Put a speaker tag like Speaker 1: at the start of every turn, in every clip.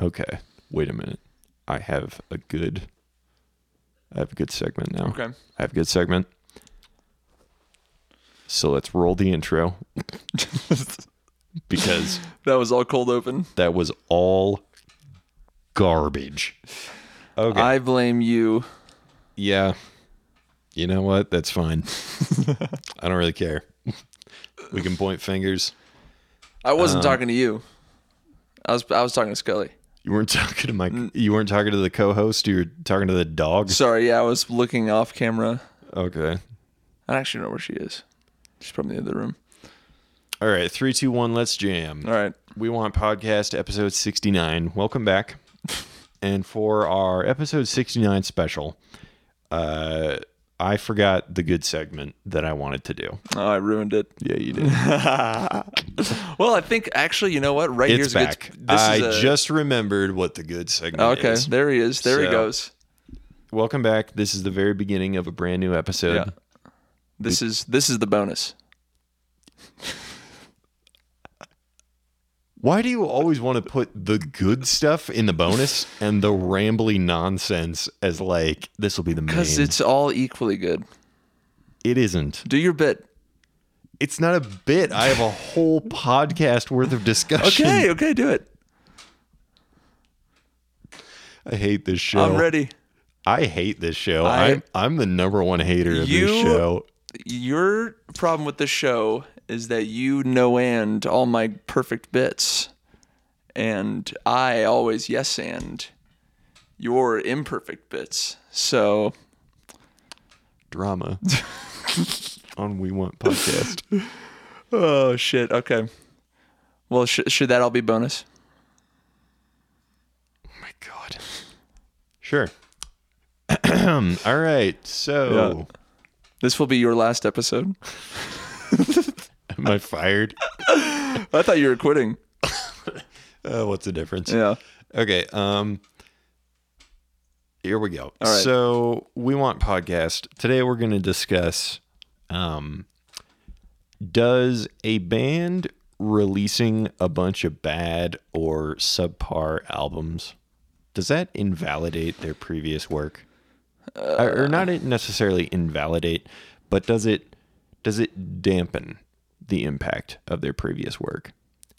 Speaker 1: Okay, wait a minute. I have a good. I have a good segment now.
Speaker 2: Okay.
Speaker 1: I have a good segment. So let's roll the intro because
Speaker 2: That was all cold open.
Speaker 1: that was all garbage. Okay.
Speaker 2: I blame you.
Speaker 1: yeah. You know what? That's fine. I don't really care. We can point fingers.
Speaker 2: I wasn't
Speaker 1: Um,
Speaker 2: talking to you. I was I was talking to Scully.
Speaker 1: You weren't talking to my. You weren't talking to the co-host. You were talking to the dog.
Speaker 2: Sorry, yeah, I was looking off camera.
Speaker 1: Okay.
Speaker 2: I don't actually know where she is. She's probably in the other room.
Speaker 1: All right. Three, two, one. Let's jam.
Speaker 2: All right.
Speaker 1: We want podcast episode sixty nine. Welcome back. and for our episode sixty nine special, uh, I forgot the good segment that I wanted to do.
Speaker 2: Oh, I ruined it.
Speaker 1: Yeah, you did.
Speaker 2: Well, I think actually, you know what? Right
Speaker 1: it's
Speaker 2: here's a good-
Speaker 1: back.
Speaker 2: this
Speaker 1: I
Speaker 2: is a- Oh,
Speaker 1: just remembered what the good segment
Speaker 2: Okay,
Speaker 1: is.
Speaker 2: there he is. There
Speaker 1: So-
Speaker 2: he goes.
Speaker 1: Welcome back. This is the very beginning of a brand new episode.
Speaker 2: Yeah. This is this is the bonus.
Speaker 1: Why do you always want to put the good stuff in the bonus and the rambly nonsense as like this will be the main?
Speaker 2: Because it's all equally good.
Speaker 1: it isn't.
Speaker 2: Do your bit.
Speaker 1: It's not a bit. I have a whole podcast worth of discussion.
Speaker 2: Okay, okay, do it.
Speaker 1: I hate this show.
Speaker 2: I'm ready.
Speaker 1: I hate this show.
Speaker 2: I-
Speaker 1: I, am I'm the number one hater of
Speaker 2: You-
Speaker 1: this show.
Speaker 2: Your problem with the show is that you no and all my perfect bits, and I always yes and your imperfect bits. So
Speaker 1: Drama on We Want Podcast.
Speaker 2: oh shit. Okay. Well, sh- should that all be bonus?
Speaker 1: my god. Sure. All right. So,
Speaker 2: This will be your last episode.
Speaker 1: am I fired?
Speaker 2: I thought you were quitting.
Speaker 1: Uh, what's the difference?
Speaker 2: Yeah.
Speaker 1: Okay. Um. Here we go.
Speaker 2: All right.
Speaker 1: So we want podcast today. We're going to discuss. Um. Does a band releasing a bunch of bad or subpar albums does that invalidate their previous work? or or not
Speaker 2: Uh.
Speaker 1: necessarily invalidate, but does it does it dampen the impact of their previous work?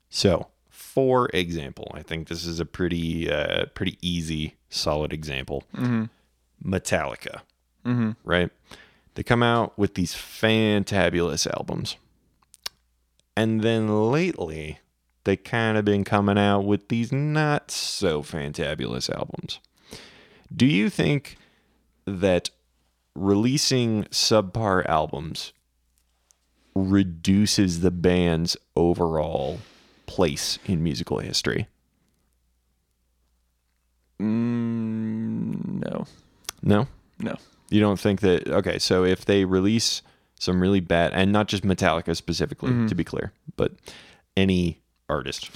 Speaker 1: So, for example, I think this is a pretty uh, pretty easy, solid example. Metallica, right? They come out with these fantabulous albums, and then lately they kind of been coming out with these not so fantabulous albums. Do you think that releasing subpar albums reduces the band's overall place in musical history.
Speaker 2: Mm, No.
Speaker 1: No?
Speaker 2: No.
Speaker 1: You don't think that okay, so if they release some really bad and not just Metallica specifically to be clear, but any artist.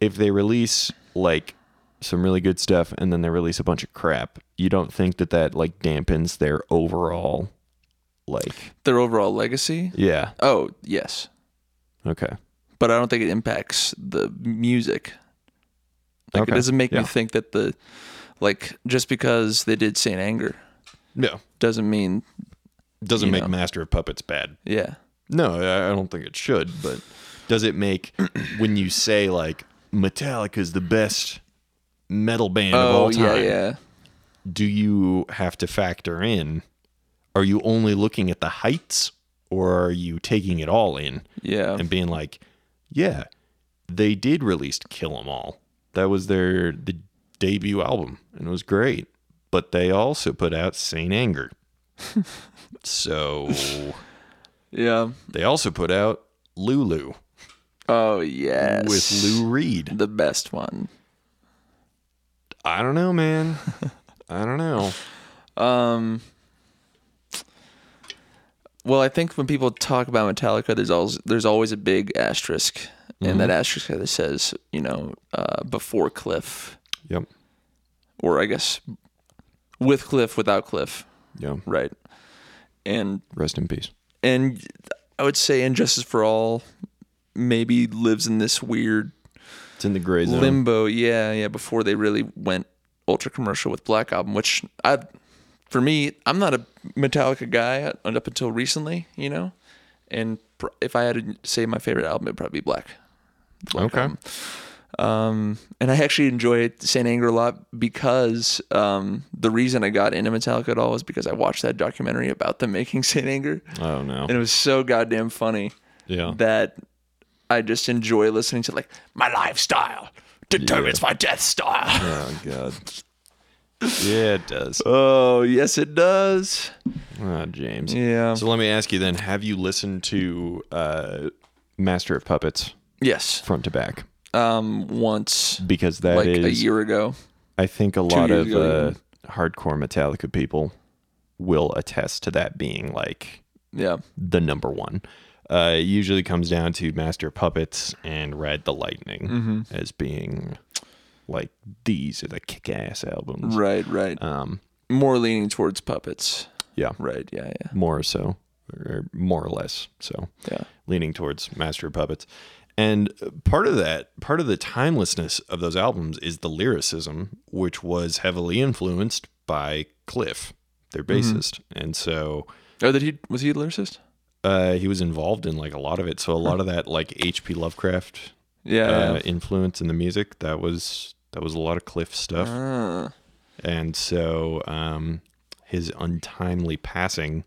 Speaker 1: If they release like some really good stuff and then they release a bunch of crap, you don't think that that like dampens their overall like
Speaker 2: Their overall legacy?
Speaker 1: yeah.
Speaker 2: Oh, yes.
Speaker 1: Okay.
Speaker 2: but I don't think it impacts the music. Like
Speaker 1: Okay,
Speaker 2: it doesn't make
Speaker 1: yeah.
Speaker 2: me think that the like just because they did Saint Anger
Speaker 1: No.
Speaker 2: doesn't mean
Speaker 1: Doesn't
Speaker 2: You
Speaker 1: make
Speaker 2: know.
Speaker 1: Master of Puppets bad.
Speaker 2: yeah.
Speaker 1: No, I I don't think it should, but does it make when you say like Metallica's the best metal band of all
Speaker 2: Oh yeah,
Speaker 1: time,
Speaker 2: yeah.
Speaker 1: do you have to factor in are you only looking at the heights or are you taking it all in
Speaker 2: Yeah.
Speaker 1: and being like, yeah, they did release Kill 'Em All. That was their the debut album and it was great, but they also put out Saint Anger. so
Speaker 2: Yeah.
Speaker 1: they also put out Lulu
Speaker 2: Oh yes.
Speaker 1: with Lou Reed.
Speaker 2: the best one.
Speaker 1: I don't know, man. I don't know.
Speaker 2: Um well, I think when people talk about Metallica, there's always there's always a big asterisk, and
Speaker 1: Mm-hmm.
Speaker 2: that asterisk that says, you know, uh, before Cliff,
Speaker 1: Yep.
Speaker 2: or I guess with Cliff, without Cliff,
Speaker 1: Yep.
Speaker 2: right? And
Speaker 1: Rest in peace.
Speaker 2: and I would say Injustice for All maybe lives in this weird
Speaker 1: It's in the gray zone.
Speaker 2: Limbo, yeah, yeah, before they really went ultra commercial with Black Album, which I for me, I'm not a Metallica guy up until recently, you know. And pr- if I had to say my favorite album, it'd probably be Black. Black
Speaker 1: Okay.
Speaker 2: Album. Um, and I actually enjoy Saint Anger a lot because um, the reason I got into Metallica at all was because I watched that documentary about them making Saint Anger,
Speaker 1: oh no.
Speaker 2: and it was so goddamn funny
Speaker 1: Yeah.
Speaker 2: that I just enjoy listening to like my lifestyle determines my death style.
Speaker 1: oh god. Yeah, it does.
Speaker 2: Oh yes, it does.
Speaker 1: Oh, James.
Speaker 2: Yeah.
Speaker 1: So let me ask you then: Have you listened to uh, Master of Puppets
Speaker 2: Yes.
Speaker 1: front to back?
Speaker 2: Um, once
Speaker 1: Because that
Speaker 2: like
Speaker 1: is,
Speaker 2: a year ago.
Speaker 1: I think a lot of
Speaker 2: years ago,
Speaker 1: uh, hardcore Metallica people will attest to that being like
Speaker 2: Yeah.
Speaker 1: the number one. Uh, it usually comes down to Master of Puppets and Ride the Lightning as being like these are the kick ass albums.
Speaker 2: Right. Right.
Speaker 1: Um,
Speaker 2: More leaning towards puppets.
Speaker 1: yeah,
Speaker 2: Right. Yeah. Yeah.
Speaker 1: more so, or more or less so.
Speaker 2: Yeah.
Speaker 1: leaning towards Master of Puppets. And part of that, part of the timelessness of those albums is the lyricism, which was heavily influenced by Cliff, their bassist. And so
Speaker 2: Oh, that he was he a lyricist?
Speaker 1: uh, he was involved in like a lot of it. So a lot of that like H.P. Lovecraft
Speaker 2: Yeah.
Speaker 1: uh,
Speaker 2: yeah.
Speaker 1: influence in the music, that was that was a lot of Cliff stuff.
Speaker 2: Ah.
Speaker 1: And so um, his untimely passing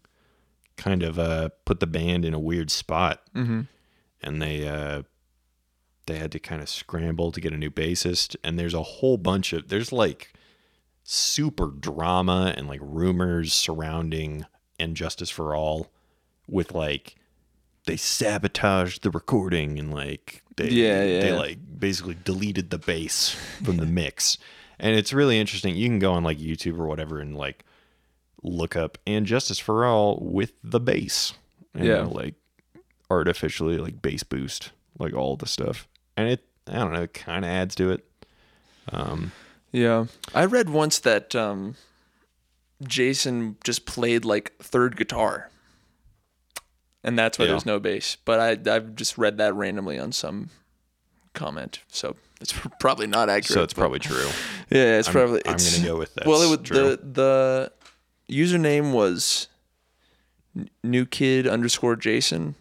Speaker 1: kind of uh, put the band in a weird spot,
Speaker 2: Mm-hmm.
Speaker 1: and they uh, they had to kind of scramble to get a new bassist. And there's a whole bunch of there's like super drama and like rumors surrounding and Justice for All with like they sabotaged the recording and like they
Speaker 2: Yeah,
Speaker 1: they
Speaker 2: yeah.
Speaker 1: like basically deleted the bass from the mix. And it's really interesting. You can go on like YouTube or whatever and like look up and Justice for All with the bass. And
Speaker 2: Yeah.
Speaker 1: they'll, like artificially like bass boost, like all the stuff. And it I don't know, it kinda adds to it.
Speaker 2: Yeah. I read once that um, Jason just played like third guitar. And that's why
Speaker 1: Yeah.
Speaker 2: there was no bass. But I I've just read that randomly on some comment. So it's probably not accurate.
Speaker 1: So it's
Speaker 2: but-
Speaker 1: probably true.
Speaker 2: Yeah, it's probably
Speaker 1: I'm
Speaker 2: it's,
Speaker 1: gonna go with that.
Speaker 2: Well, it was the the username was n- new kid underscore Jason.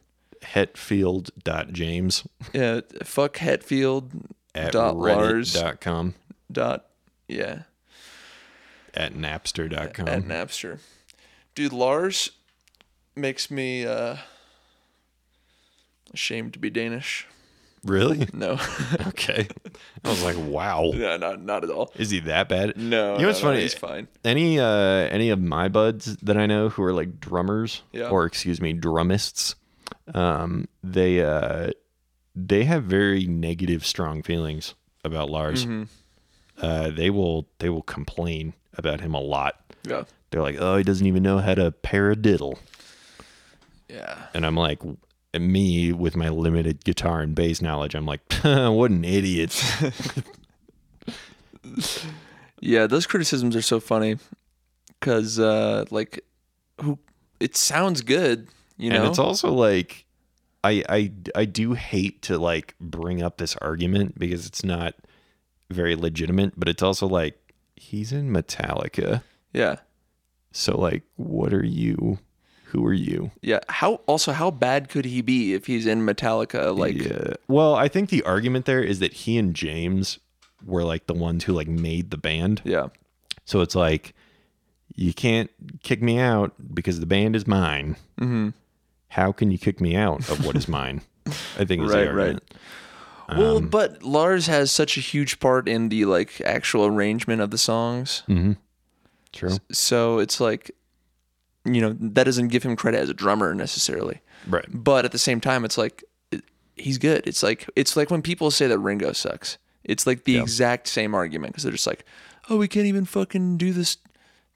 Speaker 1: hetfield.james
Speaker 2: Yeah, fuck Hetfield
Speaker 1: at
Speaker 2: Dot Lars.
Speaker 1: reddit.com
Speaker 2: dot yeah.
Speaker 1: at napster.com
Speaker 2: at Napster. Dude, Lars makes me uh, ashamed to be Danish.
Speaker 1: really
Speaker 2: No,
Speaker 1: okay i was like wow
Speaker 2: no, not not at all.
Speaker 1: is he that bad
Speaker 2: No,
Speaker 1: you know what's
Speaker 2: no, no,
Speaker 1: funny
Speaker 2: He's fine.
Speaker 1: any uh any of my buds that i know who are like drummers
Speaker 2: Yeah.
Speaker 1: or excuse me drummists um they uh they have very negative strong feelings about lars uh they will they will complain about him a lot
Speaker 2: Yeah,
Speaker 1: they're like oh he doesn't even know how to pair a diddle
Speaker 2: yeah,
Speaker 1: And I'm like, and me with my limited guitar and bass knowledge, I'm like, what an idiot.
Speaker 2: yeah. Those criticisms are so funny because uh, like who it sounds good, you know.
Speaker 1: And it's also like, I, I, I do hate to like bring up this argument because it's not very legitimate, but it's also like, he's in Metallica.
Speaker 2: yeah,
Speaker 1: So, like, what are you? Who are you?
Speaker 2: yeah. How also how bad could he be if he's in Metallica? Like
Speaker 1: yeah. Well, I think the argument there is that he and James were like the ones who like made the band.
Speaker 2: yeah,
Speaker 1: So it's like, you can't kick me out because the band is mine. Mm-hmm. How can you kick me out of what is mine? I think is
Speaker 2: Right,
Speaker 1: the argument. Um,
Speaker 2: Well, but Lars has such a huge part in the like actual arrangement of the songs.
Speaker 1: True.
Speaker 2: So it's like you know, that doesn't give him credit as a drummer necessarily.
Speaker 1: Right.
Speaker 2: But at the same time it's like it- he's good. It's like it's like when people say that Ringo sucks. It's like the exact same argument cuz they're just like, "Oh, we can't even fucking do this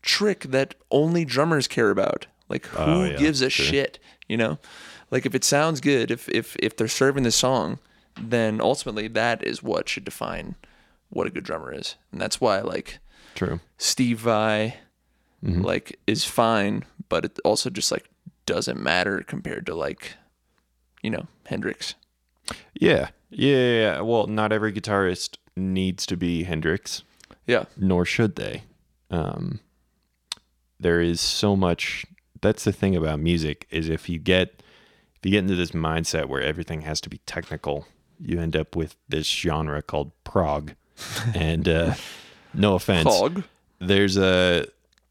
Speaker 2: trick that only drummers care about." Like who
Speaker 1: Oh, yeah,
Speaker 2: gives a shit, you know? Like if it sounds good, if if if they're serving the song, then ultimately that is what should define what a good drummer is. And that's why like
Speaker 1: True.
Speaker 2: Steve Vai like is fine, but it also just like doesn't matter compared to like you know Hendrix.
Speaker 1: Yeah. Yeah, yeah, yeah. Well, not every guitarist needs to be Hendrix,
Speaker 2: Yeah.
Speaker 1: nor should they. Um, there is so much. That's the thing about music is if you get if you get into this mindset where everything has to be technical, you end up with this genre called prog. and uh, no offense,
Speaker 2: Cog.
Speaker 1: there's a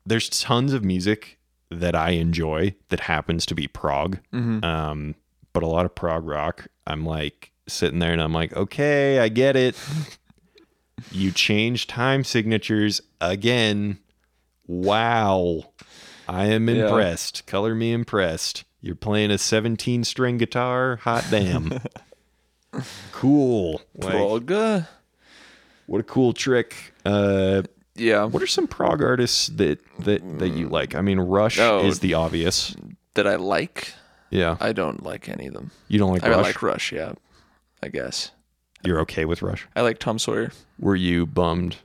Speaker 1: there's tons of music that I enjoy that happens to be prog.
Speaker 2: Mm-hmm.
Speaker 1: Um, but a lot of prog rock, I'm like sitting there and I'm like, okay, I get it. you change time signatures again. Wow. I am
Speaker 2: Yeah.
Speaker 1: impressed. Color me impressed. You're playing a 17 string guitar. Hot damn. cool. Like,
Speaker 2: Prog. uh,
Speaker 1: what a cool trick. Uh,
Speaker 2: Yeah.
Speaker 1: what are some prog artists that that that you like? I mean, Rush
Speaker 2: Oh.
Speaker 1: is the obvious.
Speaker 2: That I like.
Speaker 1: Yeah,
Speaker 2: I don't like any of them.
Speaker 1: you don't like
Speaker 2: I
Speaker 1: Rush.
Speaker 2: like Rush, yeah. I guess.
Speaker 1: You're okay with Rush.
Speaker 2: I like Tom Sawyer.
Speaker 1: Were you bummed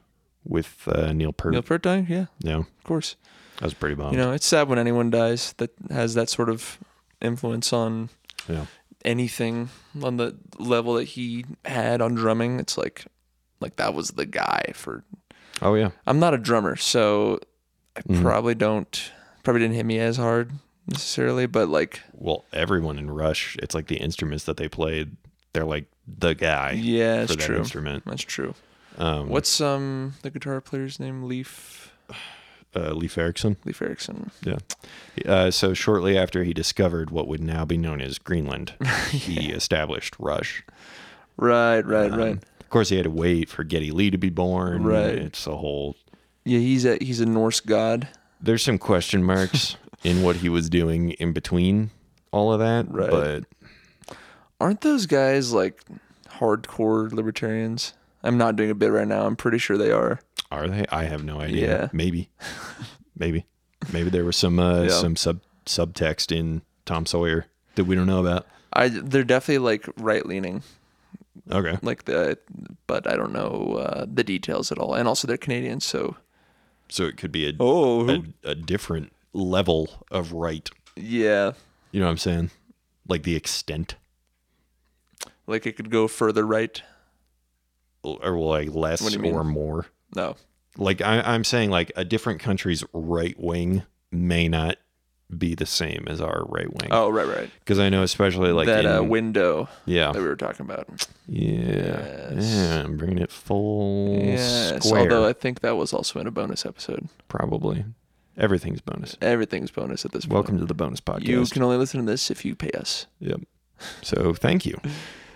Speaker 1: with uh, Neil Peart?
Speaker 2: Neil Peart dying? Yeah,
Speaker 1: No,
Speaker 2: of course.
Speaker 1: I was pretty bummed.
Speaker 2: You know, it's sad when anyone dies that has that sort of influence on
Speaker 1: yeah,
Speaker 2: anything on the level that he had on drumming. It's like, like that was the guy for.
Speaker 1: oh yeah,
Speaker 2: I'm not a drummer, so I
Speaker 1: Mm.
Speaker 2: probably don't. Probably didn't hit me as hard necessarily, but like,
Speaker 1: well, everyone in Rush, it's like the instruments that they played, they're like the guy
Speaker 2: yeah,
Speaker 1: for
Speaker 2: it's
Speaker 1: that
Speaker 2: true.
Speaker 1: instrument.
Speaker 2: That's true.
Speaker 1: Um,
Speaker 2: What's um the guitar player's name? Leaf
Speaker 1: uh, Leif Erikson?
Speaker 2: Leaf Erickson.
Speaker 1: Yeah. Uh, so shortly after he discovered what would now be known as Greenland, he established Rush. Um,
Speaker 2: Right, right, right.
Speaker 1: Of course, he had to wait for Getty Lee to be born.
Speaker 2: Right.
Speaker 1: It's a whole.
Speaker 2: Yeah, he's a he's a Norse god.
Speaker 1: There's some question marks in what he was doing in between all of that.
Speaker 2: Right.
Speaker 1: But
Speaker 2: Aren't those guys like hardcore libertarians? I'm not doing a bit right now. I'm pretty sure they are.
Speaker 1: are they? I have no idea.
Speaker 2: Yeah.
Speaker 1: Maybe. Maybe. Maybe there was some uh,
Speaker 2: Yeah.
Speaker 1: some sub subtext in Tom Sawyer that we don't know about.
Speaker 2: I they're definitely like right leaning,
Speaker 1: Okay.
Speaker 2: like the but I don't know uh, the details at all. And also they're Canadians, so
Speaker 1: So it could be a,
Speaker 2: oh
Speaker 1: a a different level of right.
Speaker 2: yeah,
Speaker 1: You know what I'm saying? Like the extent,
Speaker 2: like it could go further right.
Speaker 1: or like less
Speaker 2: What do you mean?
Speaker 1: or more.
Speaker 2: No,
Speaker 1: like I, I'm saying, like a different country's right wing may not be the same as our right wing.
Speaker 2: oh right, right.
Speaker 1: Because I know, especially like
Speaker 2: that uh,
Speaker 1: in-
Speaker 2: window
Speaker 1: yeah,
Speaker 2: that we were talking about.
Speaker 1: yeah,
Speaker 2: Yes.
Speaker 1: yeah. I'm bringing it full
Speaker 2: Yes,
Speaker 1: square.
Speaker 2: although I think that was also in a bonus episode.
Speaker 1: probably everything's bonus.
Speaker 2: Everything's bonus at this point.
Speaker 1: Welcome to the bonus podcast.
Speaker 2: You can only listen to this if you pay us.
Speaker 1: yep. So thank you.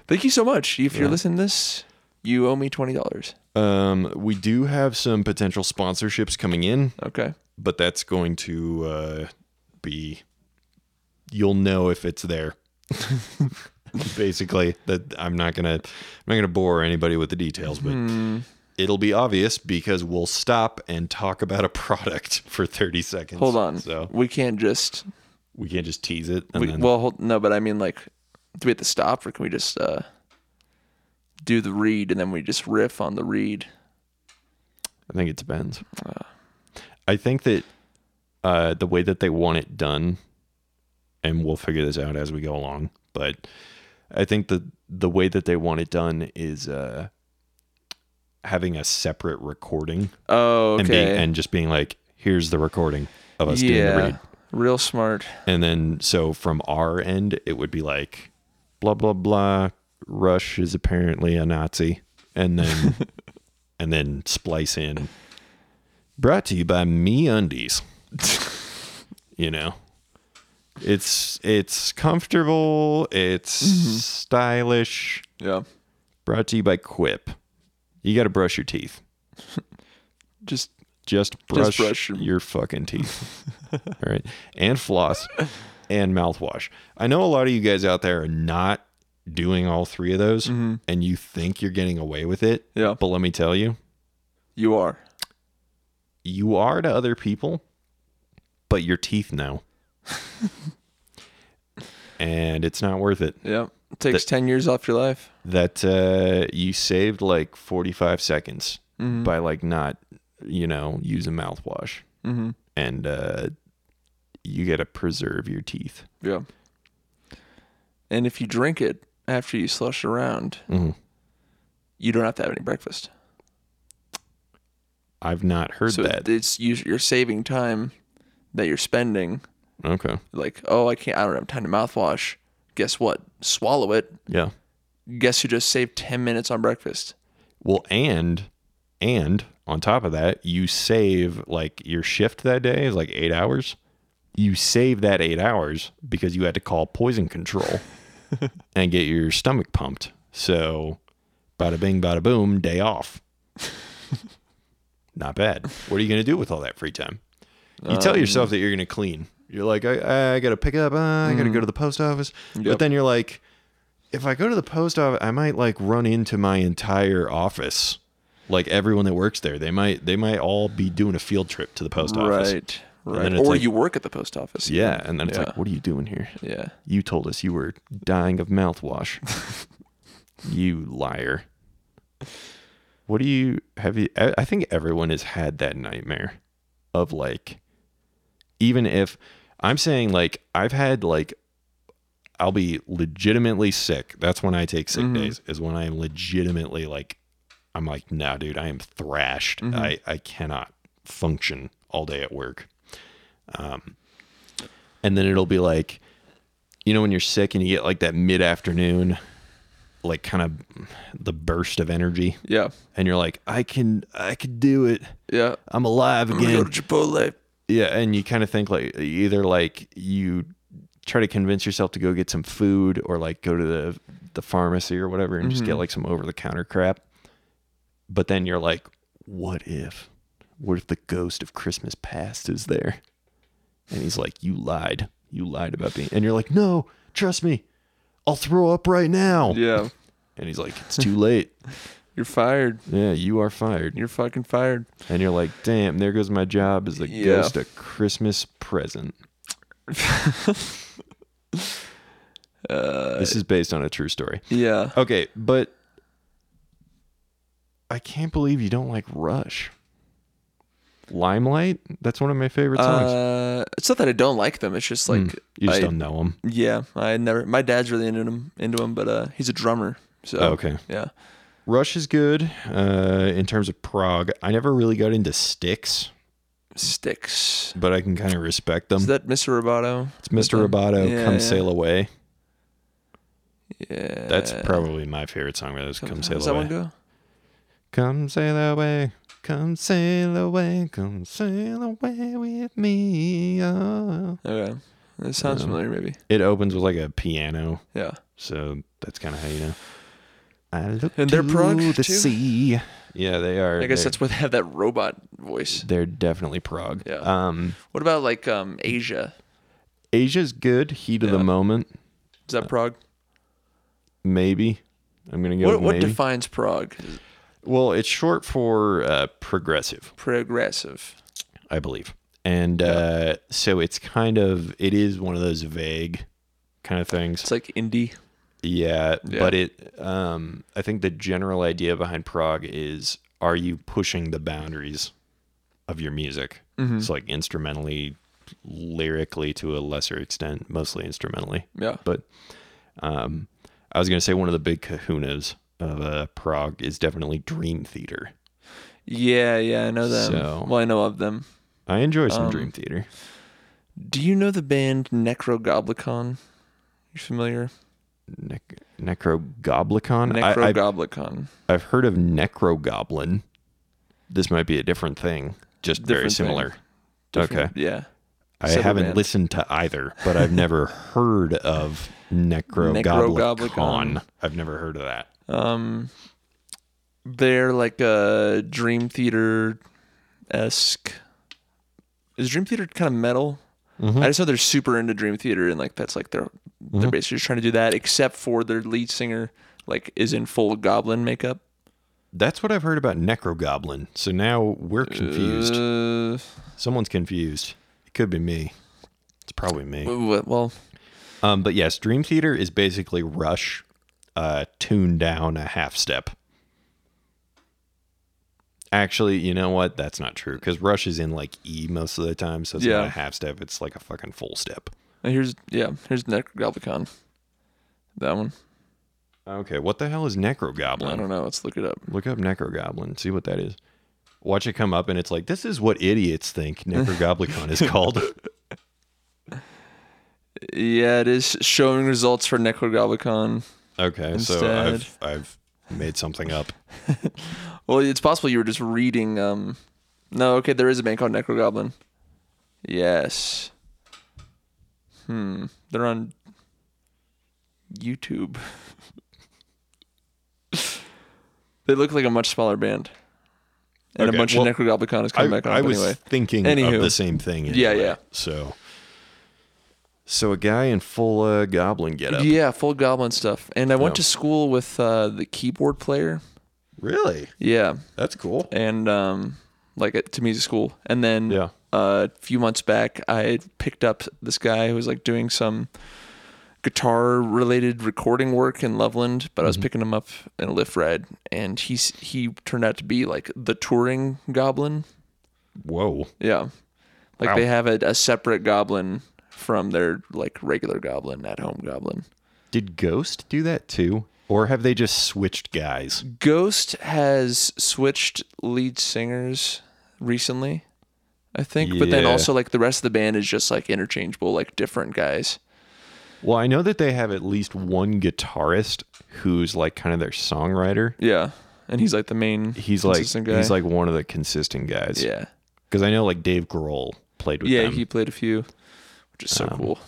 Speaker 2: Thank you so much. If you're
Speaker 1: Yeah.
Speaker 2: listening to this, you owe me twenty dollars.
Speaker 1: Um, we do have some potential sponsorships coming in,
Speaker 2: Okay.
Speaker 1: but that's going to uh, be. You'll know if it's there. basically that i'm not gonna i'm not gonna bore anybody with the details but
Speaker 2: Hmm.
Speaker 1: it'll be obvious because we'll stop and talk about a product for 30 seconds
Speaker 2: Hold on.
Speaker 1: so
Speaker 2: We can't just.
Speaker 1: we can't just tease it and
Speaker 2: We,
Speaker 1: then
Speaker 2: well, hold, no, but I mean, like, do we have to stop, or can we just uh, do the read and then we just riff on the read?
Speaker 1: i think it depends
Speaker 2: Uh.
Speaker 1: i think that uh the way that they want it done and we'll figure this out as we go along but i think the the way that they want it done is uh having a separate recording
Speaker 2: Oh,
Speaker 1: and being
Speaker 2: okay.
Speaker 1: and just being like, here's the recording of us doing the
Speaker 2: yeah,
Speaker 1: read.
Speaker 2: real smart.
Speaker 1: And then so from our end, it would be like, blah blah blah. Rush is apparently a Nazi, and then and then splice in. Brought to you by Me Undies. you know, it's it's comfortable. It's stylish.
Speaker 2: Yeah,
Speaker 1: Brought to you by Quip. You got to brush your teeth
Speaker 2: just
Speaker 1: just brush,
Speaker 2: brush your-
Speaker 1: your fucking teeth. All right. And floss and mouthwash. I know a lot of you guys out there are not doing all three of those
Speaker 2: Mm-hmm.
Speaker 1: and you think you're getting away with it.
Speaker 2: Yeah.
Speaker 1: But let me tell you,
Speaker 2: you are.
Speaker 1: you are to other people, but your teeth know. and it's not worth it.
Speaker 2: Yeah, it takes ten years off your life.
Speaker 1: That uh, you saved like 45 seconds
Speaker 2: Mm.
Speaker 1: by like not, you know, using mouthwash.
Speaker 2: hmm
Speaker 1: and uh, you got to preserve your teeth.
Speaker 2: Yeah. And if you drink it, after you slush around,
Speaker 1: Mhm.
Speaker 2: you don't have to have any breakfast.
Speaker 1: I've not heard
Speaker 2: So
Speaker 1: that.
Speaker 2: it's you, you're saving time that you're spending.
Speaker 1: okay.
Speaker 2: Like, oh, I can't. I don't have time to mouthwash. Guess what? Swallow it.
Speaker 1: Yeah.
Speaker 2: Guess you just saved ten minutes on breakfast.
Speaker 1: Well, and and on top of that, you save like your shift that day is like eight hours. You save that eight hours because you had to call poison control and get your stomach pumped. So, bada bing, bada boom, day off. Not bad. What are you going to do with all that free time? You tell
Speaker 2: Um,
Speaker 1: yourself that you're going to clean. You're like, I, I got to pick up. Uh, I got to go to the post office. But
Speaker 2: Mm-hmm. Yep.
Speaker 1: then you're like, if I go to the post office, I might like run into my entire office. Like everyone that works there, they might they might all be doing a field trip to the post office.
Speaker 2: Right. Right.
Speaker 1: then it's
Speaker 2: Or
Speaker 1: like-
Speaker 2: you work at the post office.
Speaker 1: Yeah, and then it's
Speaker 2: Yeah.
Speaker 1: like, what are you doing here?
Speaker 2: Yeah.
Speaker 1: You told us you were dying of mouthwash. you liar. What do you have you e, I I think everyone has had that nightmare of like even if I'm saying like I've had like I'll be legitimately sick. That's when I take sick days is when I am legitimately like I'm like, nah, dude, I am thrashed. I, I cannot function all day at work. Um and then it'll be like you know when you're sick and you get like that mid afternoon like kind of the burst of energy
Speaker 2: Yeah.
Speaker 1: and you're like I can I can do it.
Speaker 2: Yeah.
Speaker 1: I'm alive
Speaker 2: I'm gonna
Speaker 1: again.
Speaker 2: go to Chipotle.
Speaker 1: Yeah, and you kind of think like either like you try to convince yourself to go get some food or like go to the the pharmacy or whatever and just get like some over the counter crap. But then you're like, what if? What if the ghost of Christmas past is there? And he's like, you lied. You lied about being. And you're like, no, trust me. I'll throw up right now.
Speaker 2: Yeah.
Speaker 1: And he's like, it's too late.
Speaker 2: You're fired.
Speaker 1: yeah, you are fired.
Speaker 2: You're fucking fired.
Speaker 1: And you're like, damn, there goes my job as a
Speaker 2: Yeah.
Speaker 1: ghost of Christmas present.
Speaker 2: Uh,
Speaker 1: this is based on a true story.
Speaker 2: Yeah.
Speaker 1: Okay, but I can't believe you don't like Rush. Limelight? That's one of my favorite songs. Hmm.
Speaker 2: Uh, it's not that I don't like them. It's just like
Speaker 1: you just
Speaker 2: I-
Speaker 1: don't know them.
Speaker 2: yeah, I had never. My dad's really into him, into him, but uh, he's a drummer. So
Speaker 1: Oh, okay.
Speaker 2: yeah,
Speaker 1: Rush is good uh, in terms of prog. I never really got into Sticks,
Speaker 2: sticks.
Speaker 1: but I can kind of respect them.
Speaker 2: Is that Mr. Roboto? um,
Speaker 1: it's Mr. Roboto,
Speaker 2: Yeah,
Speaker 1: Come
Speaker 2: yeah.
Speaker 1: Sail Away.
Speaker 2: Yeah,
Speaker 1: That's probably my favorite song. That is Come
Speaker 2: How
Speaker 1: Sail
Speaker 2: does that
Speaker 1: Away.
Speaker 2: one go?
Speaker 1: Come sail away, come sail away, come sail away with me. oh.
Speaker 2: Okay, it sounds familiar. Maybe.
Speaker 1: It opens with like a piano,
Speaker 2: Yeah.
Speaker 1: so that's kind of how you know. I look
Speaker 2: And they're
Speaker 1: to
Speaker 2: prog,
Speaker 1: the
Speaker 2: too?
Speaker 1: sea. Yeah, they are.
Speaker 2: I guess
Speaker 1: they're,
Speaker 2: that's why they have that robot voice.
Speaker 1: they're definitely prog.
Speaker 2: Yeah.
Speaker 1: Um,
Speaker 2: What about like um Asia?
Speaker 1: Asia's good. Heat of the
Speaker 2: Yeah.
Speaker 1: moment,
Speaker 2: Is
Speaker 1: Uh,
Speaker 2: that Prague?
Speaker 1: maybe. I'm gonna go.
Speaker 2: What,
Speaker 1: with
Speaker 2: what
Speaker 1: maybe.
Speaker 2: defines Prague?
Speaker 1: well, it's short for uh, progressive.
Speaker 2: Progressive.
Speaker 1: I believe. And uh, so it's kind of it is one of those vague kind of
Speaker 2: It's
Speaker 1: things.
Speaker 2: like indie.
Speaker 1: Yeah,
Speaker 2: Yeah.
Speaker 1: but it um, I think the general idea behind prog is are you pushing the boundaries of your music? It's like instrumentally, lyrically to a lesser extent, mostly instrumentally.
Speaker 2: Yeah.
Speaker 1: But um, I was gonna say one of the big kahunas of uh, prog is definitely Dream Theater.
Speaker 2: Yeah, yeah, I know them.
Speaker 1: So-
Speaker 2: Well, I know of them.
Speaker 1: I enjoy some Dream Theater.
Speaker 2: Do you know the band Necrogoblicon? You familiar?
Speaker 1: Nec- Necrogoblicon. I, I
Speaker 2: Necrogoblicon.
Speaker 1: I've heard of Necrogoblin. This might be a different thing, just very
Speaker 2: Different thing.
Speaker 1: similar.
Speaker 2: Different-
Speaker 1: okay.
Speaker 2: Yeah.
Speaker 1: I
Speaker 2: separate
Speaker 1: haven't
Speaker 2: band.
Speaker 1: listened to either, but I've never heard of Necrogoblicon.
Speaker 2: Necrogoblicon.
Speaker 1: I've never heard of that.
Speaker 2: Um, they're like a Dream Theater esque. Is Dream Theater kind of metal?
Speaker 1: Mm-hmm.
Speaker 2: I just know they're super into Dream Theater and like that's like they're they're basically just trying to do that, except for their lead singer like is in full goblin makeup.
Speaker 1: That's what I've heard about Necrogoblin. So now we're confused.
Speaker 2: Uh,
Speaker 1: Someone's confused. It could be me. It's probably me.
Speaker 2: w- well,
Speaker 1: Um, but yes, Dream Theater is basically Rush uh, tuned down a half step. Actually, you know what? That's not true because Rush is in like E most of the time, so it's
Speaker 2: Yeah.
Speaker 1: not a half step. It's like a fucking full step.
Speaker 2: here's yeah, here's Necrogoblicon. That one.
Speaker 1: Okay, what the hell is
Speaker 2: I
Speaker 1: Necrogoblin?
Speaker 2: don't know. Let's look it up.
Speaker 1: Look up Necrogoblin, see what that is. Watch it come up, and it's like, this is what idiots think Necrogoblicon is called.
Speaker 2: Yeah, it is showing results for Necrogoblicon.
Speaker 1: Okay, so I've, I've made something up.
Speaker 2: Well, it's possible you were just reading. Um, no, okay, there is a band called Necrogoblin. Yes. Hmm. They're on YouTube. they look like a much smaller band, and
Speaker 1: Okay,
Speaker 2: a bunch
Speaker 1: well,
Speaker 2: of Necrogoblicon is
Speaker 1: I,
Speaker 2: coming back on.
Speaker 1: I
Speaker 2: but
Speaker 1: was
Speaker 2: anyway,
Speaker 1: thinking
Speaker 2: Anywho.
Speaker 1: of the same thing.
Speaker 2: Yeah,
Speaker 1: anyway,
Speaker 2: yeah.
Speaker 1: So, so a guy in full uh, goblin getup.
Speaker 2: yeah, full Goblin stuff. And I went
Speaker 1: No.
Speaker 2: to school with uh, the keyboard player.
Speaker 1: Really?
Speaker 2: Yeah,
Speaker 1: That's cool.
Speaker 2: and um, like at, to music school. And then
Speaker 1: Yeah.
Speaker 2: uh, a few months back, I picked up this guy who was like doing some guitar related recording work in Loveland, but I
Speaker 1: Mm-hmm.
Speaker 2: was picking him up in a lift ride, and he's he turned out to be like the touring goblin.
Speaker 1: Whoa.
Speaker 2: Yeah, like
Speaker 1: Wow.
Speaker 2: they have a, a separate goblin from their like regular goblin at home goblin.
Speaker 1: Did Ghost do that too? Or have they just switched guys?
Speaker 2: Ghost has switched lead singers recently, I think. But then
Speaker 1: Yeah.
Speaker 2: also like the rest of the band is just like interchangeable, like different guys.
Speaker 1: Well, I know that they have at least one guitarist who's like kind of their songwriter.
Speaker 2: Yeah, and he's like the main.
Speaker 1: He's like
Speaker 2: consistent guy.
Speaker 1: he's like one of the consistent guys.
Speaker 2: yeah,
Speaker 1: Because I know like Dave Grohl played with
Speaker 2: yeah.
Speaker 1: them. Um,
Speaker 2: He played a few, which is so cool.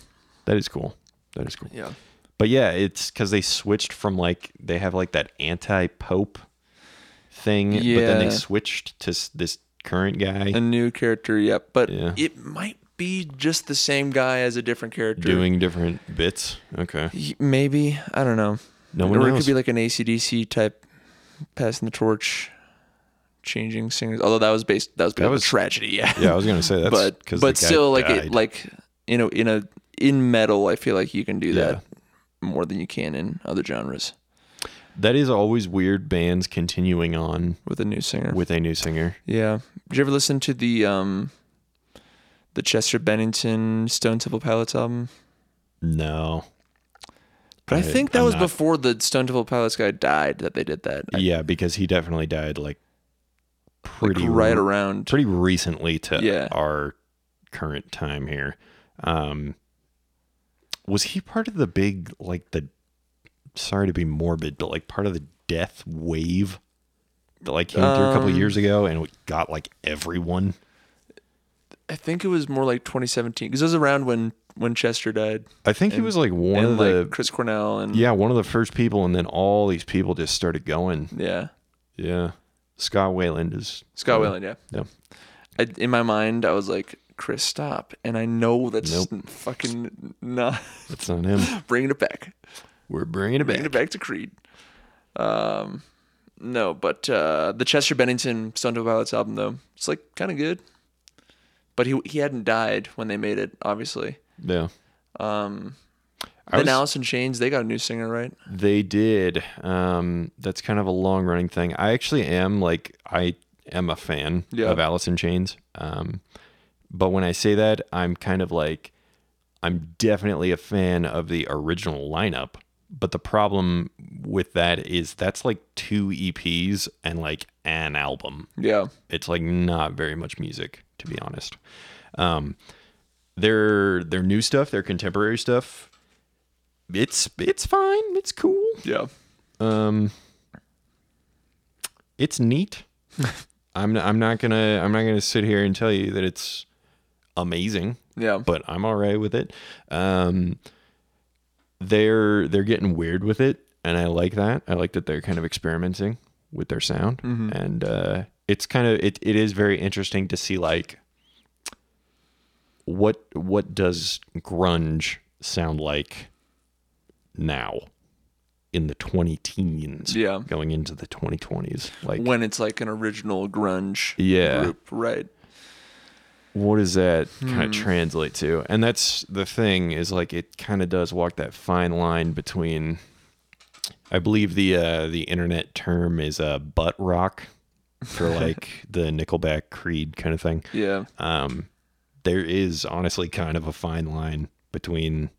Speaker 1: that is cool. That is cool.
Speaker 2: Yeah,
Speaker 1: But yeah, it's because they switched from like they have like that anti Pope thing, but then
Speaker 2: Yeah.
Speaker 1: they switched to s- this current guy
Speaker 2: a new character. Yep, but
Speaker 1: Yeah.
Speaker 2: it might be just the same guy as a different character.
Speaker 1: doing different bits. Okay,
Speaker 2: Y- maybe I don't know.
Speaker 1: No one
Speaker 2: or it
Speaker 1: knows.
Speaker 2: could be like an ACDC type, passing the torch, changing singers. Although that was based that was based on
Speaker 1: was-
Speaker 2: tragedy. Yeah.
Speaker 1: yeah, I was gonna say that's
Speaker 2: but
Speaker 1: because
Speaker 2: but still like it, like you know in a in metal I feel like you can do that more than you can in other genres
Speaker 1: that is always weird. Bands continuing on
Speaker 2: with a new singer.
Speaker 1: with a new singer.
Speaker 2: yeah. Did you ever listen to the um the Chester Bennington Stone Temple Pilots album?
Speaker 1: No,
Speaker 2: But I,
Speaker 1: I-
Speaker 2: think that
Speaker 1: I'm
Speaker 2: was
Speaker 1: not-
Speaker 2: before the Stone Temple Pilots guy died that they did that. I-
Speaker 1: yeah, because he definitely died like
Speaker 2: like,
Speaker 1: pretty
Speaker 2: right around.
Speaker 1: pretty recently to
Speaker 2: Yeah.
Speaker 1: our current time here. Um, was he part of the big like the? Sorry to be morbid, but like part of the death wave that like came through a couple of years ago and it got like everyone.
Speaker 2: I think it was more like 2017 because it was around when when Chester died
Speaker 1: I think he was like one
Speaker 2: and
Speaker 1: of
Speaker 2: like
Speaker 1: the
Speaker 2: Chris Cornell and
Speaker 1: yeah one of the first people, and then all these people just started going.
Speaker 2: yeah.
Speaker 1: Yeah, Scott Wayland is
Speaker 2: Scott Whelan, yeah.
Speaker 1: Yeah.
Speaker 2: I, in my mind, I was like, Chris, stop. And I know that's n- fucking not
Speaker 1: That's not him.
Speaker 2: bringing it back.
Speaker 1: We're bringing it
Speaker 2: Bringing
Speaker 1: back.
Speaker 2: it back to Creed. Um, no, but uh, the Chester Bennington Stone Temple Pilots album, though, it's like kind of good. But he he hadn't died when they made it, obviously.
Speaker 1: Yeah.
Speaker 2: Um,
Speaker 1: I
Speaker 2: then
Speaker 1: was-
Speaker 2: Alice in Chains, they got a new singer, right?
Speaker 1: They did. Um, that's kind of a long running thing. I actually am like I am a fan
Speaker 2: Yeah.
Speaker 1: of Alice in Chains. Um, but when I say that, I'm kind of like I'm definitely a fan of the original lineup. But the problem with that is that's like two EPs and like an album.
Speaker 2: Yeah.
Speaker 1: It's like not very much music, to be honest. Um, their their new stuff, their contemporary stuff, it's it's fine. It's cool.
Speaker 2: Yeah.
Speaker 1: Um, it's neat. I'm I'm not gonna I'm not gonna sit here and tell you that it's amazing,
Speaker 2: Yeah.
Speaker 1: but I'm all right with it. Um, they're they're getting weird with it, and I like that. I like that they're kind of experimenting with their sound, and uh, it's kind of it, it is very interesting to see like what what does grunge sound like now in the 20 teens
Speaker 2: Yeah.
Speaker 1: going into the 2020s like
Speaker 2: when it's like an original grunge
Speaker 1: Yeah.
Speaker 2: group, right?
Speaker 1: what does that kind of translate to? And that's the thing is like it kind of does walk that fine line between. I believe the uh, the internet term is uh, butt rock for like the Nickelback Creed kind of thing.
Speaker 2: Yeah.
Speaker 1: Um, there is honestly kind of a fine line between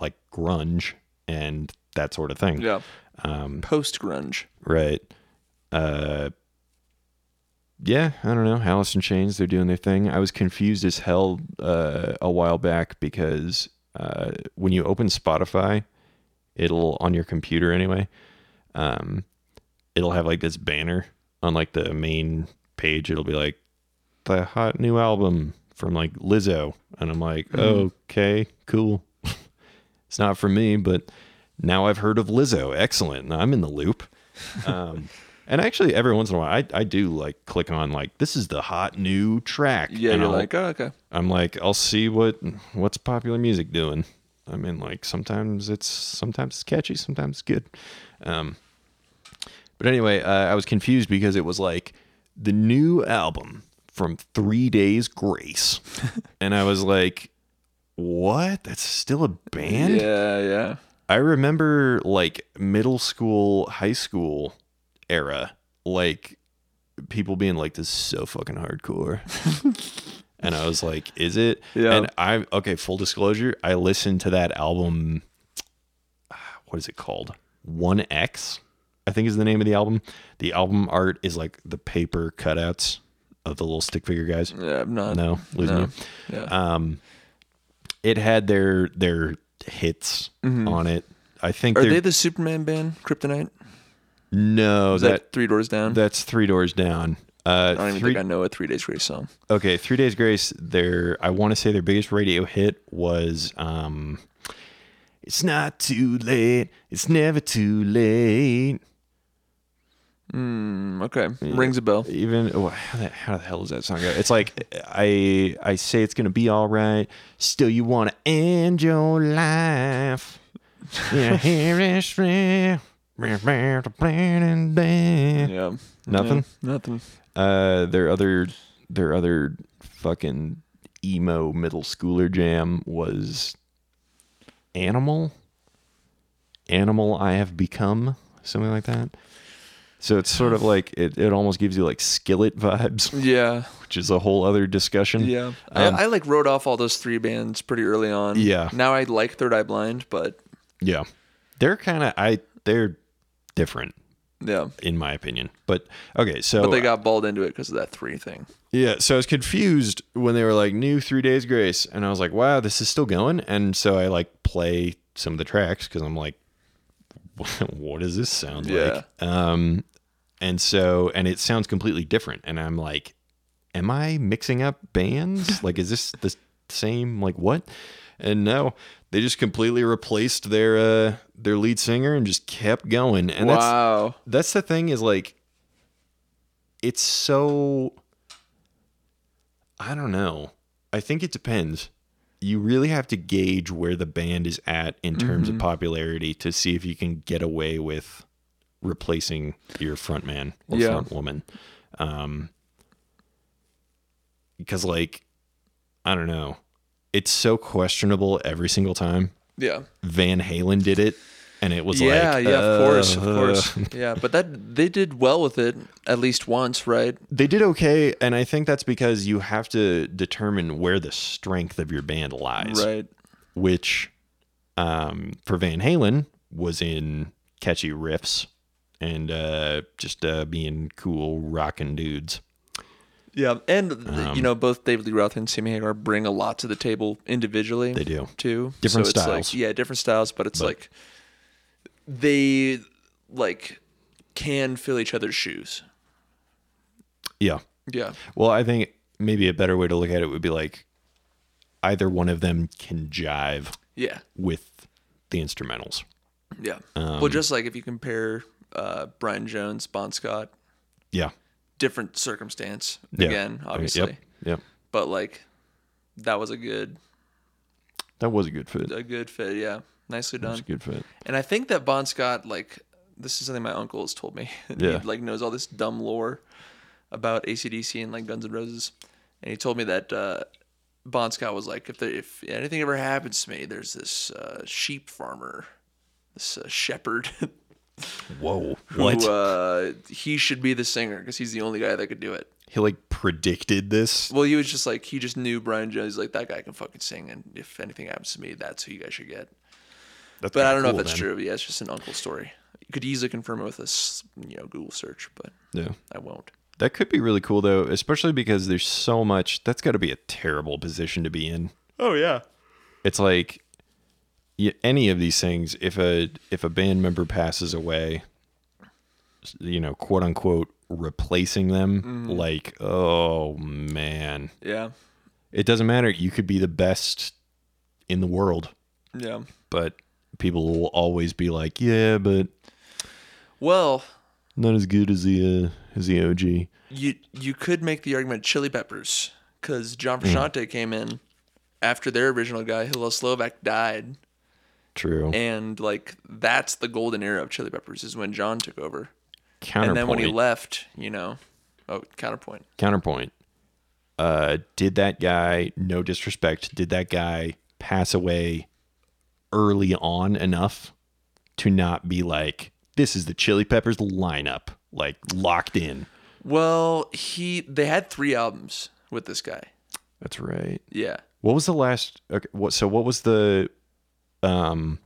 Speaker 1: like grunge and that sort of thing. Um,
Speaker 2: Yeah. Post grunge.
Speaker 1: Right. Uh yeah, I don't know. Alice in Chains, they're doing their thing. I was confused as hell uh, a while back because uh, when you open Spotify, it'll on your computer anyway, um, it'll have like this banner on like the main page. It'll be like the hot new album from like Lizzo, and I'm like,
Speaker 2: Mm-hmm.
Speaker 1: okay, cool. it's not for me, but now I've heard of Lizzo. Excellent. Now I'm in the loop. Um, and actually, every once in a while, I, I do like click on like this is the hot new track.
Speaker 2: Yeah,
Speaker 1: and
Speaker 2: you're
Speaker 1: I'll-
Speaker 2: like, oh, okay.
Speaker 1: I'm like I'll see what what's popular music doing. I mean, like sometimes it's sometimes it's catchy, sometimes it's good. Um, but anyway, uh, I was confused because it was like the new album from Three Days Grace, and I was like, what? That's still a band?
Speaker 2: yeah, yeah.
Speaker 1: I remember like middle school, high school era, like people being like, this is so fucking hardcore. and I was like, is it?
Speaker 2: Yeah.
Speaker 1: And I, okay, full disclosure, I listened to that album. ah, What is it called? 1X, I think is the name of the album. The album art is like the paper cutouts of the little stick figure guys.
Speaker 2: Yeah, I'm not.
Speaker 1: No, losing
Speaker 2: No.
Speaker 1: you
Speaker 2: Yeah.
Speaker 1: um it had their their hits on it i think
Speaker 2: Mm-hmm. Are
Speaker 1: they're-
Speaker 2: they the Superman band, Kryptonite?
Speaker 1: no
Speaker 2: Is
Speaker 1: that,
Speaker 2: that, Three Doors Down?
Speaker 1: that's three doors down uh
Speaker 2: I don't even
Speaker 1: three,
Speaker 2: think I know a Three Days Grace song.
Speaker 1: okay three days grace their i want to say their biggest radio hit was um it's not too late it's never too late
Speaker 2: Mm, okay. Rings a bell.
Speaker 1: even oh, how, the, how the hell does that song go it's like i i say it's gonna be all right still you wanna end your life yeah here is real. nothing
Speaker 2: Yeah. Yeah, nothing.
Speaker 1: uh their other their other fucking emo middle schooler jam was animal animal i have become something like that so it's sort of like it, it almost gives you like skillet vibes
Speaker 2: Yeah.
Speaker 1: which is a whole other discussion
Speaker 2: Yeah.
Speaker 1: Um,
Speaker 2: I, I like wrote off all those three bands pretty early on.
Speaker 1: Yeah.
Speaker 2: Now I like Third Eye Blind, but
Speaker 1: yeah they're kind of i they're different
Speaker 2: yeah.
Speaker 1: in my opinion but okay so
Speaker 2: But they got balled into it because of that three thing.
Speaker 1: Yeah, so I was confused when they were like new Three Days Grace, and I was like, wow, this is still going. And so I like play some of the tracks because I'm like, what does this sound
Speaker 2: Yeah.
Speaker 1: like? Um, and so and it sounds completely different, and I'm like, am I mixing up bands? like, is this the same? Like what? And no, they just completely replaced their uh their lead singer and just kept going. And that's
Speaker 2: wow.
Speaker 1: that's the thing is like it's so I don't know. I think it depends. You really have to gauge where the band is at in terms
Speaker 2: Mm-hmm.
Speaker 1: of popularity to see if you can get away with replacing your front man or
Speaker 2: Yeah.
Speaker 1: front woman. Um because like I don't know. It's so questionable every single time.
Speaker 2: Yeah.
Speaker 1: Van Halen did it and it was
Speaker 2: yeah.
Speaker 1: like
Speaker 2: yeah. Of course. Of
Speaker 1: uh,
Speaker 2: course. yeah. But that they did well with it at least once, right?
Speaker 1: They did okay, and I think that's because you have to determine where the strength of your band lies,
Speaker 2: Right.
Speaker 1: which um, for Van Halen was in catchy riffs and uh, just uh, being cool rockin' dudes.
Speaker 2: Yeah. And, th-
Speaker 1: Um,
Speaker 2: you know, both David Lee Roth and Sammy Hagar bring a lot to the table individually.
Speaker 1: They do.
Speaker 2: too.
Speaker 1: Different
Speaker 2: so it's
Speaker 1: styles.
Speaker 2: Like, yeah, different styles, but it's like they like can fill each other's shoes.
Speaker 1: Yeah.
Speaker 2: Yeah.
Speaker 1: Well, I think maybe a better way to look at it would be like either one of them can jive
Speaker 2: Yeah.
Speaker 1: with the instrumentals.
Speaker 2: Yeah.
Speaker 1: Um,
Speaker 2: well, just like if you compare uh, Brian Jones, Bon Scott,
Speaker 1: Yeah.
Speaker 2: different circumstance
Speaker 1: Yeah.
Speaker 2: again,
Speaker 1: I mean,
Speaker 2: obviously,
Speaker 1: Yep. Yep.
Speaker 2: but like that was a good
Speaker 1: That was a good fit. That
Speaker 2: a good fit. Yeah, nicely
Speaker 1: was
Speaker 2: done.
Speaker 1: a good fit.
Speaker 2: And I think that Bon Scott, like, this is something my uncle has told me.
Speaker 1: Yeah.
Speaker 2: he like knows all this dumb lore about ACDC and like Guns N' Roses, and he told me that uh, Bon Scott was like, if there, if anything ever happens to me, there's this uh, sheep farmer, this uh, shepherd,
Speaker 1: Whoa.
Speaker 2: who
Speaker 1: What?
Speaker 2: uh, he should be the singer because he's the only guy that could do it.
Speaker 1: he like predicted this.
Speaker 2: Well, he was just like he just knew Brian Jones. He's like that guy can fucking sing, and if anything happens to me, that's who you guys should get.
Speaker 1: That's
Speaker 2: But
Speaker 1: kinda
Speaker 2: I don't know if
Speaker 1: cool,
Speaker 2: that's
Speaker 1: man.
Speaker 2: true. But yeah, it's just an uncle story. could easily confirm it with a s- you know Google search, but
Speaker 1: Yeah.
Speaker 2: I won't.
Speaker 1: That could be really cool though, especially because there's so much. That's got to be a terrible position to be in.
Speaker 2: Oh yeah.
Speaker 1: It's like y- any of these things. If a if a band member passes away, s- you know, quote unquote, replacing them,
Speaker 2: Mm-hmm.
Speaker 1: like, oh man,
Speaker 2: Yeah.
Speaker 1: it doesn't matter. You could be the best in the world,
Speaker 2: Yeah.
Speaker 1: but people will always be like, yeah, but
Speaker 2: Well,
Speaker 1: not as good as the uh, as the OG.
Speaker 2: you you could make the argument Chili Peppers because John
Speaker 1: Hmm.
Speaker 2: Frusciante came in after their original guy Hillel Slovak died,
Speaker 1: True.
Speaker 2: and like that's the golden era of Chili Peppers is when John took over,
Speaker 1: Counterpoint.
Speaker 2: and then when he left, you know, oh counterpoint.
Speaker 1: counterpoint uh did that guy no disrespect did that guy pass away early on enough to not be like this is the chili peppers lineup like locked in
Speaker 2: Well, he they had three albums with this guy.
Speaker 1: that's right
Speaker 2: Yeah.
Speaker 1: what was the last okay what so what was the um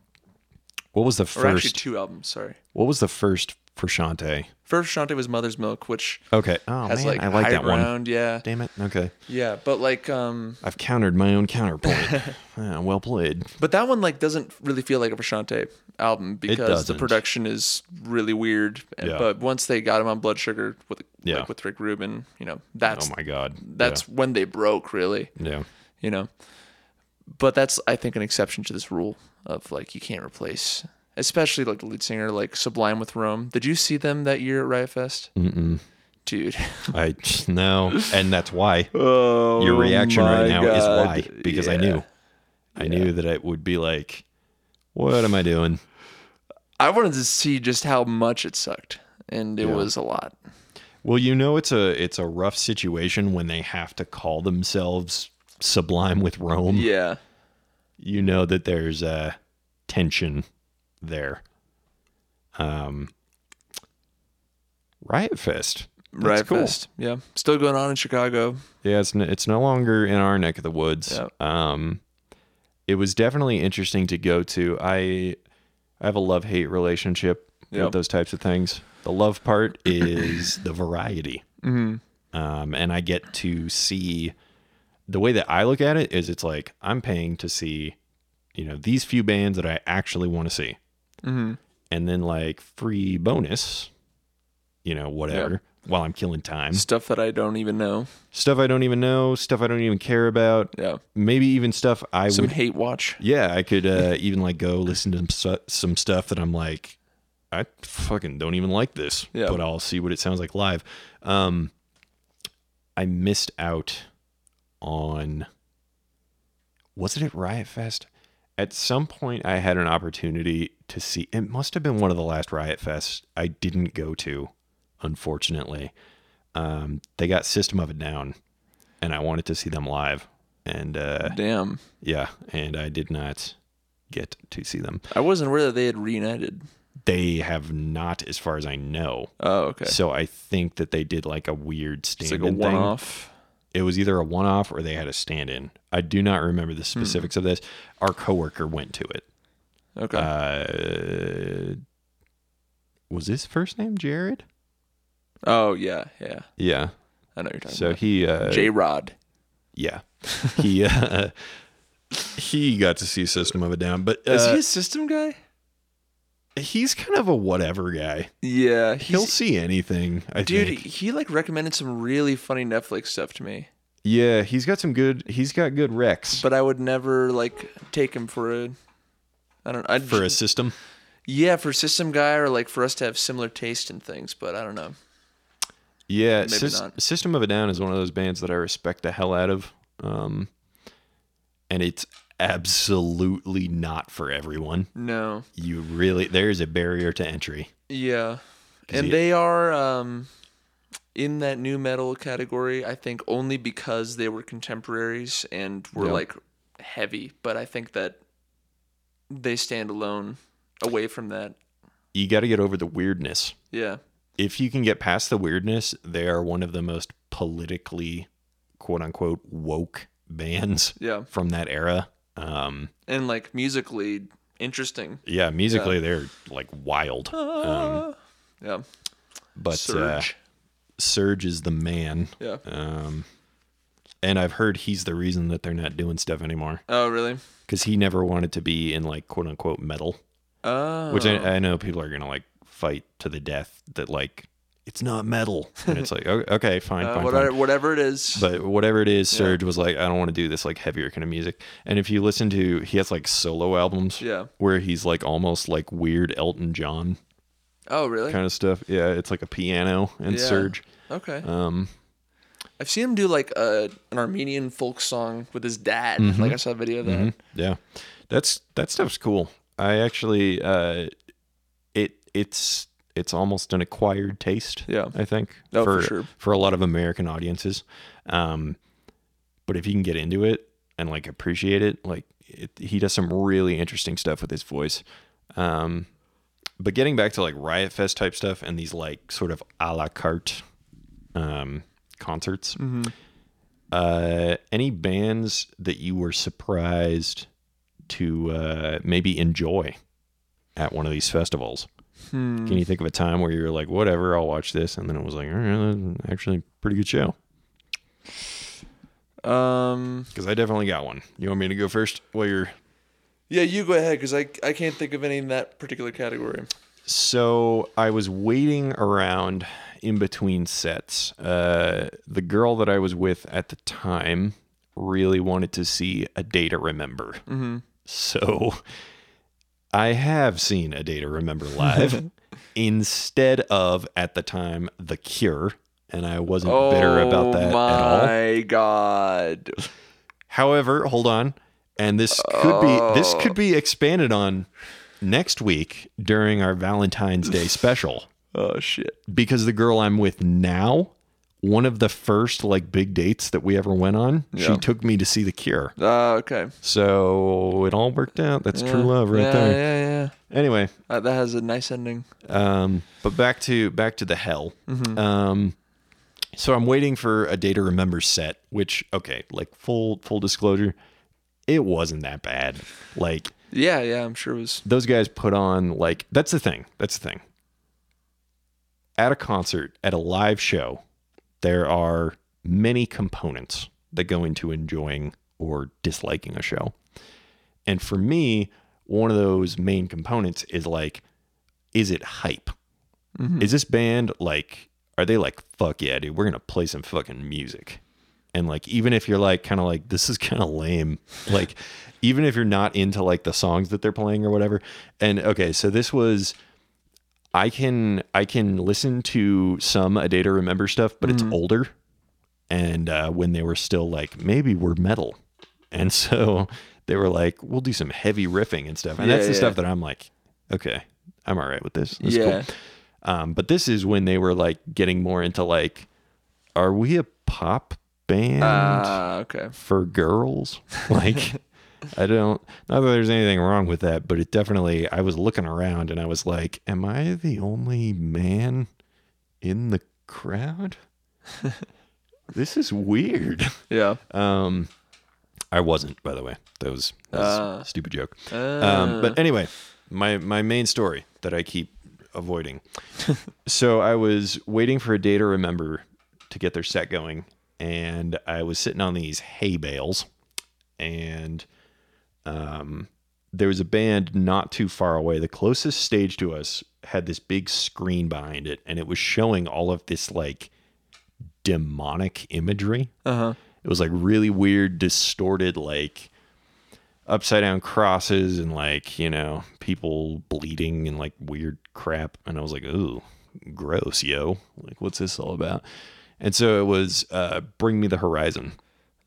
Speaker 1: what was the
Speaker 2: Or actually
Speaker 1: first
Speaker 2: two albums, sorry.
Speaker 1: what was the first for Shante?
Speaker 2: First Shante was Mother's Milk, which
Speaker 1: okay oh
Speaker 2: has
Speaker 1: man
Speaker 2: like
Speaker 1: i like
Speaker 2: high
Speaker 1: that one
Speaker 2: ground, yeah.
Speaker 1: damn it okay
Speaker 2: Yeah, but like um
Speaker 1: i've countered my own counterpoint Ah, well played
Speaker 2: but that one like doesn't really feel like a Frashante album because the
Speaker 1: doesn't.
Speaker 2: production is really weird. And-
Speaker 1: Yeah.
Speaker 2: But once they got him on Blood Sugar with
Speaker 1: Yeah.
Speaker 2: like, with Rick Rubin, you know, that's
Speaker 1: oh my god
Speaker 2: that's when they broke really,
Speaker 1: yeah, yeah.
Speaker 2: you know. But that's I think an exception to this rule of like you can't replace especially like the lead singer like Sublime with Rome. Did you see them that year at Riot Fest? Mm-mm. Dude.
Speaker 1: I no, and that's why
Speaker 2: Oh,
Speaker 1: your reaction right now is why because I knew, I knew that it would be like, what am I doing?
Speaker 2: I wanted to see just how much it sucked, and it was a lot.
Speaker 1: Well, you know, it's a it's a rough situation when they have to call themselves Sublime with Rome.
Speaker 2: Yeah,
Speaker 1: You know that there's a tension there. Um, Riot Fest. That's
Speaker 2: Riot
Speaker 1: cool.
Speaker 2: Fest. Yeah, still going on in Chicago.
Speaker 1: Yeah, it's no, it's no longer in our neck of the woods.
Speaker 2: Yep.
Speaker 1: Um, it was definitely interesting to go to. I I have a love hate relationship
Speaker 2: Yep.
Speaker 1: with those types of things. The love part is the variety, um, and I get to see. The way that I look at it is, it's like I'm paying to see, you know, these few bands that I actually want to see,
Speaker 2: Mm-hmm.
Speaker 1: and then like free bonus, you know, whatever. While I'm killing time,
Speaker 2: Stuff that I don't even know.
Speaker 1: stuff I don't even know, stuff I don't even care about,
Speaker 2: Yeah,
Speaker 1: maybe even stuff I
Speaker 2: some
Speaker 1: would.
Speaker 2: hate watch.
Speaker 1: Yeah, I could uh, even like go listen to some, stu- some stuff that I'm like, I fucking don't even like this,
Speaker 2: Yeah.
Speaker 1: but I'll see what it sounds like live. Um, I missed out on. Was it at Riot Fest? At some point, I had an opportunity to see. It must have been one of the last Riot Fests I didn't go to, unfortunately. Um, they got System of a Down, and I wanted to see them live. And uh,
Speaker 2: Damn,
Speaker 1: yeah, and I did not get to see them.
Speaker 2: I wasn't aware that they had reunited.
Speaker 1: They have not, as far as I know.
Speaker 2: Oh, okay.
Speaker 1: So I think that they did like a weird
Speaker 2: It's
Speaker 1: stand-in
Speaker 2: like a
Speaker 1: thing.
Speaker 2: one-off.
Speaker 1: It was either a one-off or they had a stand-in. I do not remember
Speaker 2: Hmm.
Speaker 1: the specifics of this. Our coworker went to it.
Speaker 2: Okay.
Speaker 1: Uh, was his first name Jared?
Speaker 2: oh yeah, yeah.
Speaker 1: Yeah.
Speaker 2: I know what you're talking
Speaker 1: So
Speaker 2: about.
Speaker 1: he uh,
Speaker 2: J Rod.
Speaker 1: yeah he uh, he got to see System of a Down, but
Speaker 2: Is
Speaker 1: uh,
Speaker 2: he a system guy?
Speaker 1: he's kind of a whatever guy.
Speaker 2: Yeah,
Speaker 1: He'll
Speaker 2: he's,
Speaker 1: see anything. I
Speaker 2: dude.
Speaker 1: think.
Speaker 2: He like recommended some really funny Netflix stuff to me.
Speaker 1: Yeah, he's got some good. He's got good recs
Speaker 2: but I would never like take him for a. I don't. I'd,
Speaker 1: for a system.
Speaker 2: yeah, for system guy or like for us to have similar taste in things, but I don't know.
Speaker 1: Yeah,
Speaker 2: Maybe
Speaker 1: Sys-
Speaker 2: not.
Speaker 1: System of a Down is one of those bands that I respect the hell out of, um, and it's absolutely not for everyone.
Speaker 2: No.
Speaker 1: You really there is a barrier to entry.
Speaker 2: Yeah, and
Speaker 1: he-
Speaker 2: they are um, in that new metal category. I think only because they were contemporaries and were
Speaker 1: Yeah.
Speaker 2: like heavy, but I think that they stand alone away from that.
Speaker 1: You got to get over the weirdness.
Speaker 2: Yeah.
Speaker 1: If you can get past the weirdness, they are one of the most politically, quote unquote, woke bands
Speaker 2: Yeah.
Speaker 1: from that era. Um,
Speaker 2: And like musically interesting.
Speaker 1: Yeah, musically they're like wild. Um,
Speaker 2: Yeah.
Speaker 1: But
Speaker 2: Ah, Surge.
Speaker 1: Surge, uh, Surge is the man.
Speaker 2: yeah.
Speaker 1: Um, and I've heard he's the reason that they're not doing stuff anymore
Speaker 2: oh, really?
Speaker 1: because he never wanted to be in like quote unquote metal,
Speaker 2: Oh.
Speaker 1: which I, I know people are gonna like fight to the death that like it's not metal, and it's like o- okay, fine,
Speaker 2: Uh,
Speaker 1: fine, fine.
Speaker 2: whatever, whatever it is.
Speaker 1: But whatever it is, Surge was like, I don't want to do this like heavier kind of music. And if you listen to, he has like solo albums,
Speaker 2: Yeah.
Speaker 1: where he's like almost like weird Elton John
Speaker 2: oh, really?
Speaker 1: kind of stuff. Yeah, it's like a piano and
Speaker 2: Yeah.
Speaker 1: Surge.
Speaker 2: Okay.
Speaker 1: Um,
Speaker 2: I've seen him do like a an Armenian folk song with his dad.
Speaker 1: Mm-hmm.
Speaker 2: Like I saw a video of that.
Speaker 1: yeah, that's that stuff's cool. I actually, uh, it it's it's almost an acquired taste.
Speaker 2: Yeah.
Speaker 1: I think
Speaker 2: Oh, for sure.
Speaker 1: for a lot of American audiences. Um, but if you can get into it and like appreciate it, like it, he does some really interesting stuff with his voice. Um, but getting back to like Riot Fest type stuff and these like sort of a la carte um, concerts,
Speaker 2: Mm-hmm.
Speaker 1: uh, any bands that you were surprised to uh, maybe enjoy at one of these festivals? Can you think of a time where you were like, whatever, I'll watch this? And then it was like, all right, that was actually pretty good show.
Speaker 2: Um,
Speaker 1: Because I definitely got one. You want me to go first? Well, you're.
Speaker 2: yeah, you go ahead because I I can't think of any in that particular category.
Speaker 1: So I was waiting around in between sets. Uh, the girl that I was with at the time really wanted to see a day to remember. So I have seen a day to remember live instead of at the time the cure. And I wasn't bitter about that
Speaker 2: Oh my
Speaker 1: at all.
Speaker 2: god!
Speaker 1: However, hold on, and this could be this could
Speaker 2: Oh.
Speaker 1: be expanded on next week during our Valentine's Day special
Speaker 2: Oh shit!
Speaker 1: because the girl I'm with now, one of the first like big dates that we ever went on, she took me to see The Cure.
Speaker 2: Uh, okay.
Speaker 1: So it all worked out. That's true love right
Speaker 2: yeah,
Speaker 1: there.
Speaker 2: yeah, yeah.
Speaker 1: Anyway,
Speaker 2: Uh, that has a nice ending.
Speaker 1: Um, but back to back to the hell.
Speaker 2: Mm-hmm.
Speaker 1: Um, so I'm waiting for a day to remember set, which okay, like full full disclosure, it wasn't that bad. Like
Speaker 2: Yeah, yeah. I'm sure it was.
Speaker 1: those guys put on like that's the thing. That's the thing. At a concert, at a live show, there are many components that go into enjoying or disliking a show. And for me, one of those main components is like, is it hype?
Speaker 2: Mm-hmm.
Speaker 1: Is this band like, are they like, fuck yeah, dude, we're going to play some fucking music? And like, even if you're like, kind of like, this is kind of lame, like, even if you're not into like the songs that they're playing or whatever. And okay, so this was. I can I can listen to some a day to remember stuff, but
Speaker 2: Mm-hmm.
Speaker 1: it's older, and uh, when they were still like maybe we're metal, and so they were like we'll do some heavy riffing and stuff, and
Speaker 2: Yeah,
Speaker 1: that's the
Speaker 2: yeah.
Speaker 1: stuff that I'm like okay I'm all right with this, This is
Speaker 2: Yeah.
Speaker 1: cool. Um, but this is when they were like getting more into like are we a pop band?
Speaker 2: Ah, okay.
Speaker 1: for girls. Like, I don't, not that there's anything wrong with that, but it definitely, I was looking around and I was like, am I the only man in the crowd? this is weird.
Speaker 2: Yeah.
Speaker 1: Um, I wasn't, by the way. That was, that was
Speaker 2: Ah.
Speaker 1: a stupid joke.
Speaker 2: Uh,
Speaker 1: Um, but anyway, my my main story that I keep avoiding. so I was waiting for a day to remember to get their set going, and I was sitting on these hay bales, and um, there was a band not too far away. The closest stage to us had this big screen behind it, and it was showing all of this like demonic imagery.
Speaker 2: uh-huh.
Speaker 1: It was like really weird, distorted, like upside down crosses and like, you know, people bleeding and like weird crap. And I was like, ooh, gross, yo. Like, what's this all about? And so it was uh, Bring Me the Horizon.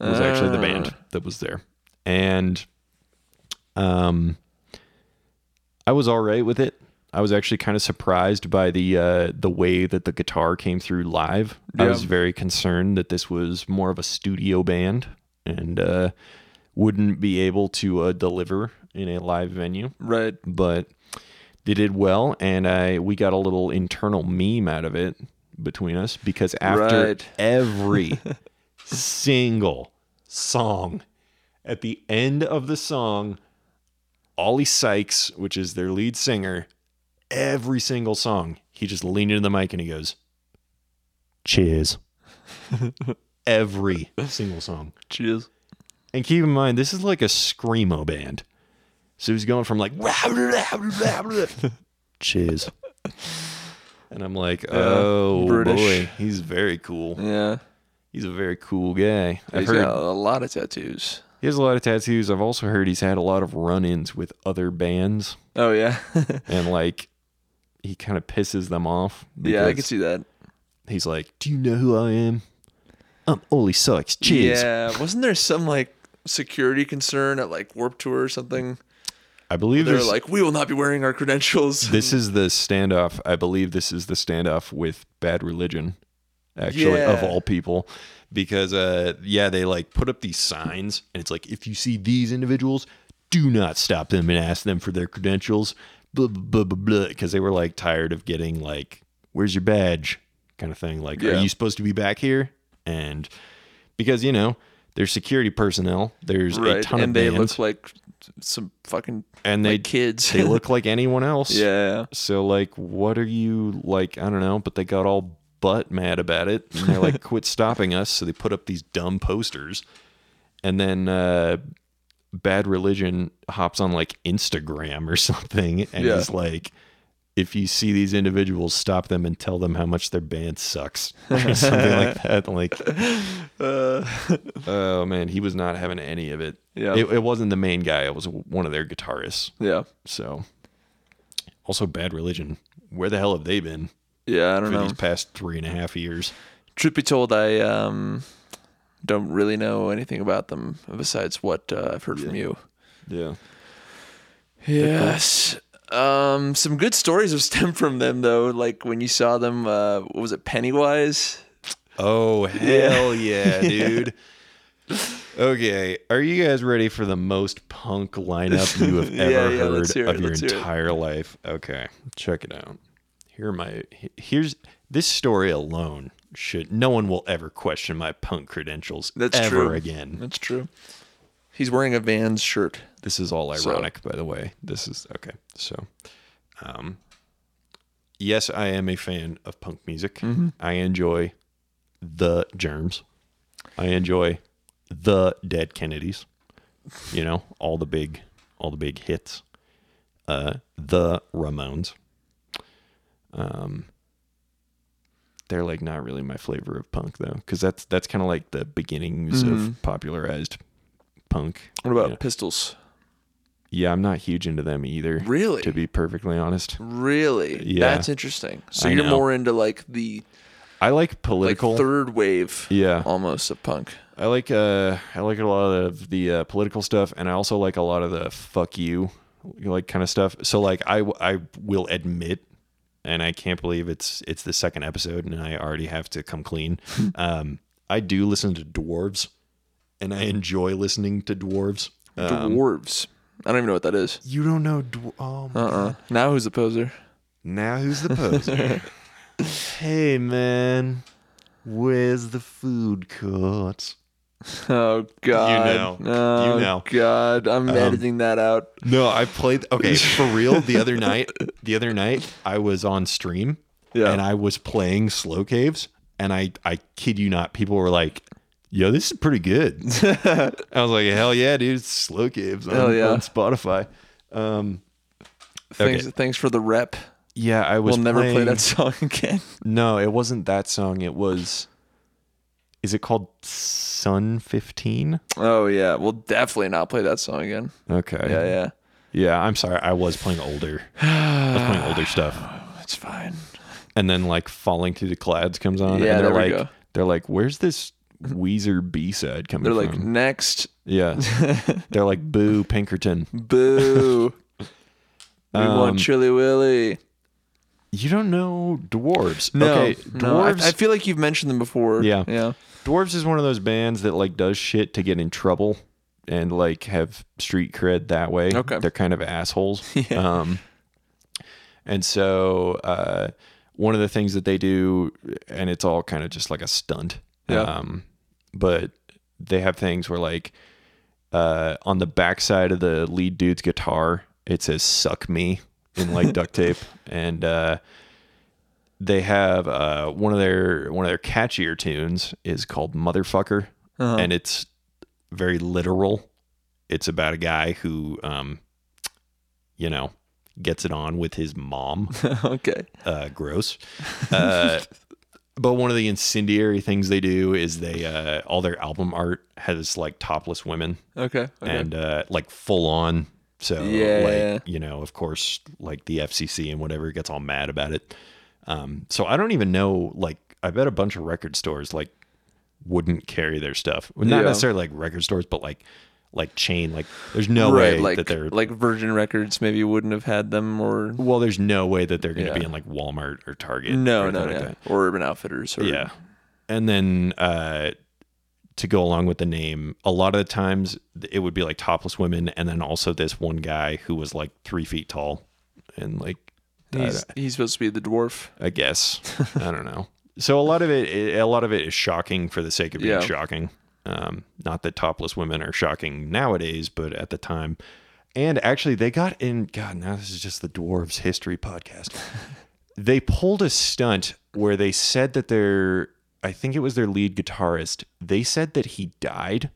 Speaker 1: It was actually the band that was there. And um, I was all right with it. I was actually kind of surprised by the uh, the way that the guitar came through live. I
Speaker 2: Yeah.
Speaker 1: was very concerned that this was more of a studio band and uh, wouldn't be able to uh, deliver in a live venue.
Speaker 2: Right.
Speaker 1: But they did well, and I we got a little internal meme out of it between us because after
Speaker 2: Right.
Speaker 1: every single song, at the end of the song, Ollie Sykes, which is their lead singer, every single song, he just leaned into the mic and he goes, Cheers. every single song.
Speaker 2: Cheers.
Speaker 1: And keep in mind, this is like a screamo band. So he's going from like, cheers. And I'm like, oh
Speaker 2: British.
Speaker 1: boy, he's very cool.
Speaker 2: Yeah.
Speaker 1: He's a very cool guy. I've
Speaker 2: He's
Speaker 1: heard
Speaker 2: got a lot of tattoos.
Speaker 1: he has a lot of tattoos. I've also heard he's had a lot of run-ins with other bands,
Speaker 2: Oh yeah.
Speaker 1: and like he kind of pisses them off.
Speaker 2: yeah, I
Speaker 1: because
Speaker 2: can see that.
Speaker 1: He's like, "Do you know who I am? I'm Ollie Sykes. Cheers."
Speaker 2: Yeah. Wasn't there some like security concern at like Warp Tour or something?
Speaker 1: I believe
Speaker 2: They're
Speaker 1: there's
Speaker 2: like, we will not be wearing our credentials.
Speaker 1: This is the standoff. I believe this is the standoff with Bad Religion, actually, of
Speaker 2: Yeah.
Speaker 1: all people, because uh, yeah, they like put up these signs, and it's like if you see these individuals, do not stop them and ask them for their credentials, blah blah blah blah, because they were like tired of getting like, "Where's your badge?" kind of thing. Like, are
Speaker 2: Yeah.
Speaker 1: you supposed to be back here? And because you know. There's security personnel. There's a
Speaker 2: right.
Speaker 1: ton
Speaker 2: And
Speaker 1: of
Speaker 2: they
Speaker 1: bands,
Speaker 2: look like some fucking
Speaker 1: and they
Speaker 2: like kids.
Speaker 1: they look like anyone else.
Speaker 2: yeah.
Speaker 1: So like, what are you like? I don't know. But they got all butt mad about it, and they're like, "Quit stopping us!" So they put up these dumb posters, and then uh, Bad Religion hops on like Instagram or something, and
Speaker 2: Yeah.
Speaker 1: is like, "If you see these individuals, stop them and tell them how much their band sucks," or something like that. Like, oh man, he was not having any of it.
Speaker 2: Yeah.
Speaker 1: It, it wasn't the main guy; it was one of their guitarists.
Speaker 2: Yeah.
Speaker 1: So, also Bad Religion. Where the hell have they been
Speaker 2: Yeah. I don't
Speaker 1: for
Speaker 2: know.
Speaker 1: these past three and a half years?
Speaker 2: Truth be told, I um don't really know anything about them besides what uh, I've heard from you.
Speaker 1: Yeah.
Speaker 2: Yes. Um, some good stories have stemmed from them though. Like when you saw them, uh, what was it, Pennywise?
Speaker 1: Oh hell yeah, dude. Okay, are you guys ready for the most punk lineup you have
Speaker 2: Yeah,
Speaker 1: ever
Speaker 2: yeah,
Speaker 1: heard
Speaker 2: let's hear
Speaker 1: of
Speaker 2: it,
Speaker 1: your
Speaker 2: let's hear it.
Speaker 1: entire life? Okay, check it out. Here are my he- here's this story alone should no one will ever question my punk credentials
Speaker 2: That's
Speaker 1: ever
Speaker 2: true.
Speaker 1: again.
Speaker 2: That's true. He's wearing a Vans shirt.
Speaker 1: This is all ironic, by the way. This is okay. So, um, yes, I am a fan of punk music. I enjoy the Germs. I enjoy the Dead Kennedys. You know, all the big, all the big hits. Uh, the Ramones. Um, they're like not really my flavor of punk though, because that's that's kind of like the beginnings of popularized punk.
Speaker 2: What about
Speaker 1: Yeah.
Speaker 2: pistols?
Speaker 1: Yeah, I'm not huge into them either.
Speaker 2: Really?
Speaker 1: To be perfectly honest,
Speaker 2: Really?
Speaker 1: Yeah.
Speaker 2: That's interesting. So
Speaker 1: I
Speaker 2: you're
Speaker 1: know.
Speaker 2: more into like the
Speaker 1: I like
Speaker 2: like
Speaker 1: political.
Speaker 2: third wave
Speaker 1: yeah,
Speaker 2: almost of punk.
Speaker 1: I like uh, I like a lot of the uh, political stuff, and I also like a lot of the "fuck you" like kind of stuff. So like, I w- I will admit, and I can't believe it's it's the second episode, and I already have to come clean. um, I do listen to dwarves, and I enjoy listening to dwarves. Um,
Speaker 2: Dwarves. I don't even know what that is.
Speaker 1: you don't know, dw- oh my
Speaker 2: Uh uh Now who's the poser?
Speaker 1: Now who's the poser? hey man, where's the food court?
Speaker 2: Oh
Speaker 1: know.
Speaker 2: God! Oh,
Speaker 1: You know. Um,
Speaker 2: God! I'm editing that out.
Speaker 1: No, I played okay, for real, the other night, the other night I was on stream
Speaker 2: Yeah.
Speaker 1: and I was playing Slow Caves and I I kid you not, people were like, "Yo, this is pretty good." I was like, "Hell yeah, dude, it's Slow Caves on,
Speaker 2: Hell yeah.
Speaker 1: on Spotify." Um
Speaker 2: Thanks, thanks for the rep.
Speaker 1: yeah, I was
Speaker 2: We'll never play
Speaker 1: playing-
Speaker 2: that song again.
Speaker 1: No, it wasn't that song. It was Is it called Sun 15?
Speaker 2: Oh yeah, we'll definitely not play that song again.
Speaker 1: Okay.
Speaker 2: Yeah, yeah,
Speaker 1: Yeah, I'm sorry. I was playing older. I was playing older stuff.
Speaker 2: that's fine.
Speaker 1: And then like falling through the clouds comes on
Speaker 2: Yeah,
Speaker 1: and they're
Speaker 2: there we
Speaker 1: like
Speaker 2: go.
Speaker 1: they're like where's this Weezer B-side coming
Speaker 2: They're
Speaker 1: from?
Speaker 2: like next,
Speaker 1: yeah. they're like boo Pinkerton.
Speaker 2: boo. we
Speaker 1: Um,
Speaker 2: want Chili Willy.
Speaker 1: You don't know dwarves. okay, dwarves
Speaker 2: no, I, I feel like you've mentioned them before.
Speaker 1: Yeah.
Speaker 2: yeah.
Speaker 1: Dwarves is one of those bands that like does shit to get in trouble and like have street cred that way.
Speaker 2: Okay.
Speaker 1: They're kind of assholes. Um and so uh one of the things that they do and it's all kind of just like a stunt.
Speaker 2: Yeah.
Speaker 1: Um but they have things where like uh, on the backside of the lead dude's guitar, it says "suck me" in like duct tape, and uh, they have uh, one of their one of their catchier tunes is called "Motherfucker," and it's very literal. It's about a guy who, um, you know, gets it on with his mom
Speaker 2: okay.
Speaker 1: uh, gross. Uh, but one of the incendiary things they do is they uh, all their album art has like topless women
Speaker 2: Okay. Okay.
Speaker 1: and uh, like full on. So
Speaker 2: Yeah.
Speaker 1: like you know, of course, like the FCC and whatever gets all mad about it. Um, so I don't even know. Like I bet a bunch of record stores like wouldn't carry their stuff. Well, Not
Speaker 2: Yeah.
Speaker 1: necessarily like record stores, but like like chain. Like there's no way
Speaker 2: right. Like
Speaker 1: that they're
Speaker 2: like Virgin Records maybe wouldn't have had them or
Speaker 1: well, there's no way that they're going to be
Speaker 2: Yeah.
Speaker 1: in like Walmart or Target.
Speaker 2: no
Speaker 1: or
Speaker 2: no
Speaker 1: anything like
Speaker 2: no
Speaker 1: that.
Speaker 2: or Urban Outfitters or
Speaker 1: Yeah. And then uh, to go along with the name, a lot of the times it would be like topless women, and then also this one guy who was like three feet tall, and like
Speaker 2: He's, he's supposed to be the dwarf.
Speaker 1: I guess I don't know. So a lot of it, it, a lot of it is shocking for the sake of being
Speaker 2: Yeah.
Speaker 1: shocking. Um, not that topless women are shocking nowadays, but at the time, and actually they got in. God, now this is just the dwarves history podcast. they pulled a stunt where they said that their, I think it was their lead guitarist. They said that he died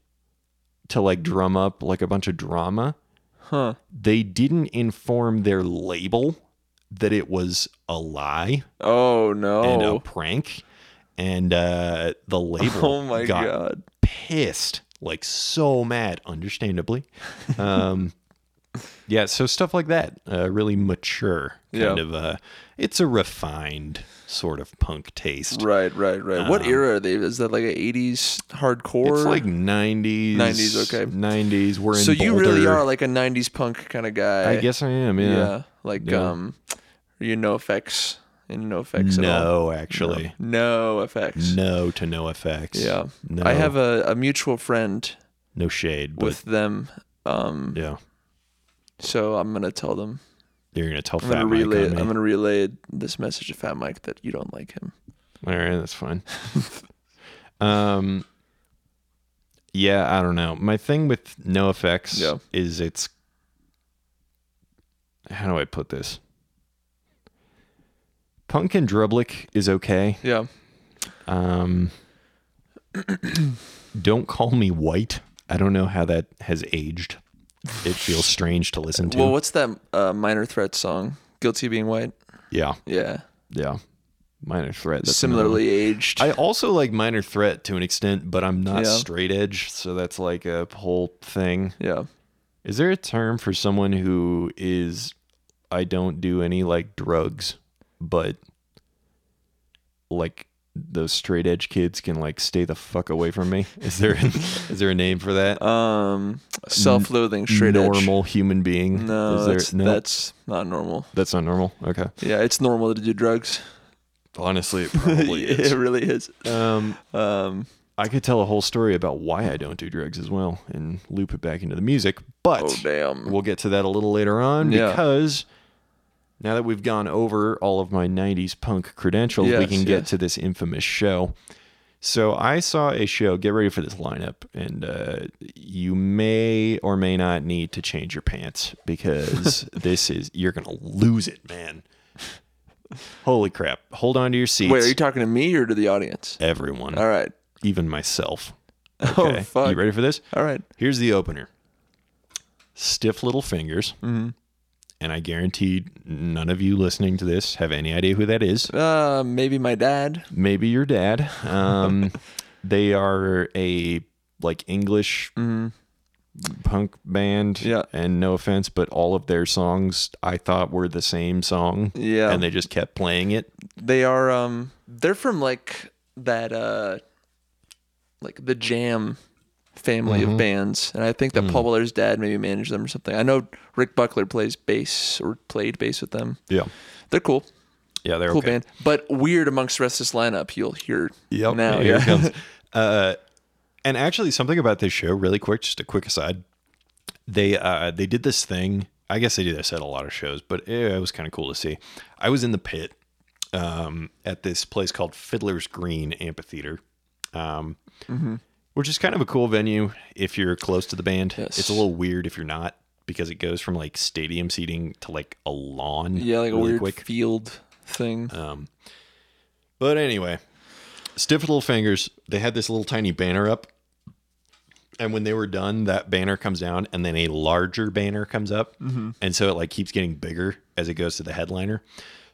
Speaker 1: to like drum up like a bunch of drama
Speaker 2: Huh.
Speaker 1: they didn't inform their label that it was a lie
Speaker 2: Oh
Speaker 1: and uh, a
Speaker 2: no.
Speaker 1: prank and uh the label
Speaker 2: Oh my
Speaker 1: got
Speaker 2: god.
Speaker 1: pissed like so mad understandably um yeah so stuff like that uh really mature kind
Speaker 2: Yeah.
Speaker 1: of uh it's a refined sort of punk taste
Speaker 2: Right, right, right. what era are they? Is that like an 80s hardcore?
Speaker 1: Um, it's like 90s
Speaker 2: 90s, okay.
Speaker 1: 90s we're in
Speaker 2: so you really
Speaker 1: Boulder.
Speaker 2: are like a 90s punk kind of guy.
Speaker 1: i guess i am
Speaker 2: Yeah.
Speaker 1: yeah,
Speaker 2: Like
Speaker 1: Yeah.
Speaker 2: um are you no effects and no effects at all?
Speaker 1: no actually
Speaker 2: No effects.
Speaker 1: No to no effects.
Speaker 2: Yeah.
Speaker 1: No,
Speaker 2: I have a, a mutual friend
Speaker 1: no shade, but
Speaker 2: with them. Um
Speaker 1: yeah,
Speaker 2: so I'm gonna tell them.
Speaker 1: you're gonna tell
Speaker 2: I'm
Speaker 1: Fat
Speaker 2: gonna
Speaker 1: Mike
Speaker 2: relay
Speaker 1: on me.
Speaker 2: I'm gonna relay this message to Fat Mike that you don't like him.
Speaker 1: All right, that's fine. um, yeah, I don't know. My thing with no effects
Speaker 2: Yeah.
Speaker 1: is it's. How do I put this? Punk and Drublick is okay.
Speaker 2: Yeah.
Speaker 1: Um, don't call me white. I don't know how that has aged. It feels strange to listen to.
Speaker 2: Well what's that uh, minor threat song? Guilty of being white?
Speaker 1: yeah.
Speaker 2: Yeah.
Speaker 1: Yeah. Minor Threat. that's another one.
Speaker 2: Similarly aged.
Speaker 1: I also like Minor Threat to an extent, but I'm not
Speaker 2: Yeah.
Speaker 1: straight edge, so that's like a whole thing.
Speaker 2: yeah.
Speaker 1: Is there a term for someone who is I don't do any like drugs, but like those straight edge kids can like stay the fuck away from me? Is there is there a name for that?
Speaker 2: Um self-loathing straight edge.
Speaker 1: normal human being.
Speaker 2: No,
Speaker 1: is there,
Speaker 2: that's,
Speaker 1: no?
Speaker 2: that's not normal.
Speaker 1: That's not normal. Okay.
Speaker 2: Yeah, it's normal to do drugs.
Speaker 1: Honestly, it probably
Speaker 2: Yeah,
Speaker 1: is.
Speaker 2: It really is.
Speaker 1: Um,
Speaker 2: Um,
Speaker 1: I could tell a whole story about why I don't do drugs as well and loop it back into the music, but
Speaker 2: oh damn.
Speaker 1: we'll get to that a little later on
Speaker 2: Yeah.
Speaker 1: because now that we've gone over all of my 90s punk credentials, we
Speaker 2: Yes,
Speaker 1: can get
Speaker 2: yes.
Speaker 1: to this infamous show. So I saw a show, get ready for this lineup, and uh, you may or may not need to change your pants because this is, you're going to lose it, man. Holy crap. Hold on to your seats.
Speaker 2: Wait, are you talking to me or to the audience?
Speaker 1: Everyone,
Speaker 2: All right.
Speaker 1: even myself.
Speaker 2: Oh fuck.
Speaker 1: You ready for this?
Speaker 2: All right.
Speaker 1: Here's the opener. Stiff little fingers.
Speaker 2: Mm-hmm.
Speaker 1: And I guarantee none of you listening to this have any idea who that is.
Speaker 2: Uh, maybe my dad.
Speaker 1: Maybe your dad. Um, they are a like English punk band.
Speaker 2: Mm-hmm. Yeah.
Speaker 1: And no offense, but all of their songs I thought were the same song.
Speaker 2: Yeah.
Speaker 1: And they just kept playing it.
Speaker 2: They are. Um, they're from like that. Uh, like the Jam family
Speaker 1: Mm-hmm.
Speaker 2: of bands, and I think that
Speaker 1: Mm.
Speaker 2: Paul Weller's dad maybe managed them or something. I know Rick Buckler plays bass or played bass with them.
Speaker 1: Yeah.
Speaker 2: They're cool.
Speaker 1: Yeah, they're
Speaker 2: Cool
Speaker 1: okay.
Speaker 2: band, but weird amongst the rest of this lineup. You'll hear
Speaker 1: Yep.
Speaker 2: now.
Speaker 1: Here
Speaker 2: yeah.
Speaker 1: it comes. Uh, and actually, something about this show, really quick, just a quick aside. They uh, they did this thing. I guess they do this at a lot of shows, but eh, it was kind of cool to see. I was in the pit
Speaker 2: Mm-hmm.
Speaker 1: um, at this place called Fiddler's Green Amphitheater. Um, which is kind of a cool venue if you're close to the band.
Speaker 2: Yes.
Speaker 1: It's a little weird if you're not because it goes from like stadium seating to like a lawn.
Speaker 2: Yeah, like a
Speaker 1: really
Speaker 2: weird
Speaker 1: quick. Uh,
Speaker 2: field thing.
Speaker 1: But anyway, Stiff Little Fingers, they had this little tiny banner up. And when they were done, that banner comes down and then a larger banner comes up. And so it like keeps getting bigger as it goes to the headliner.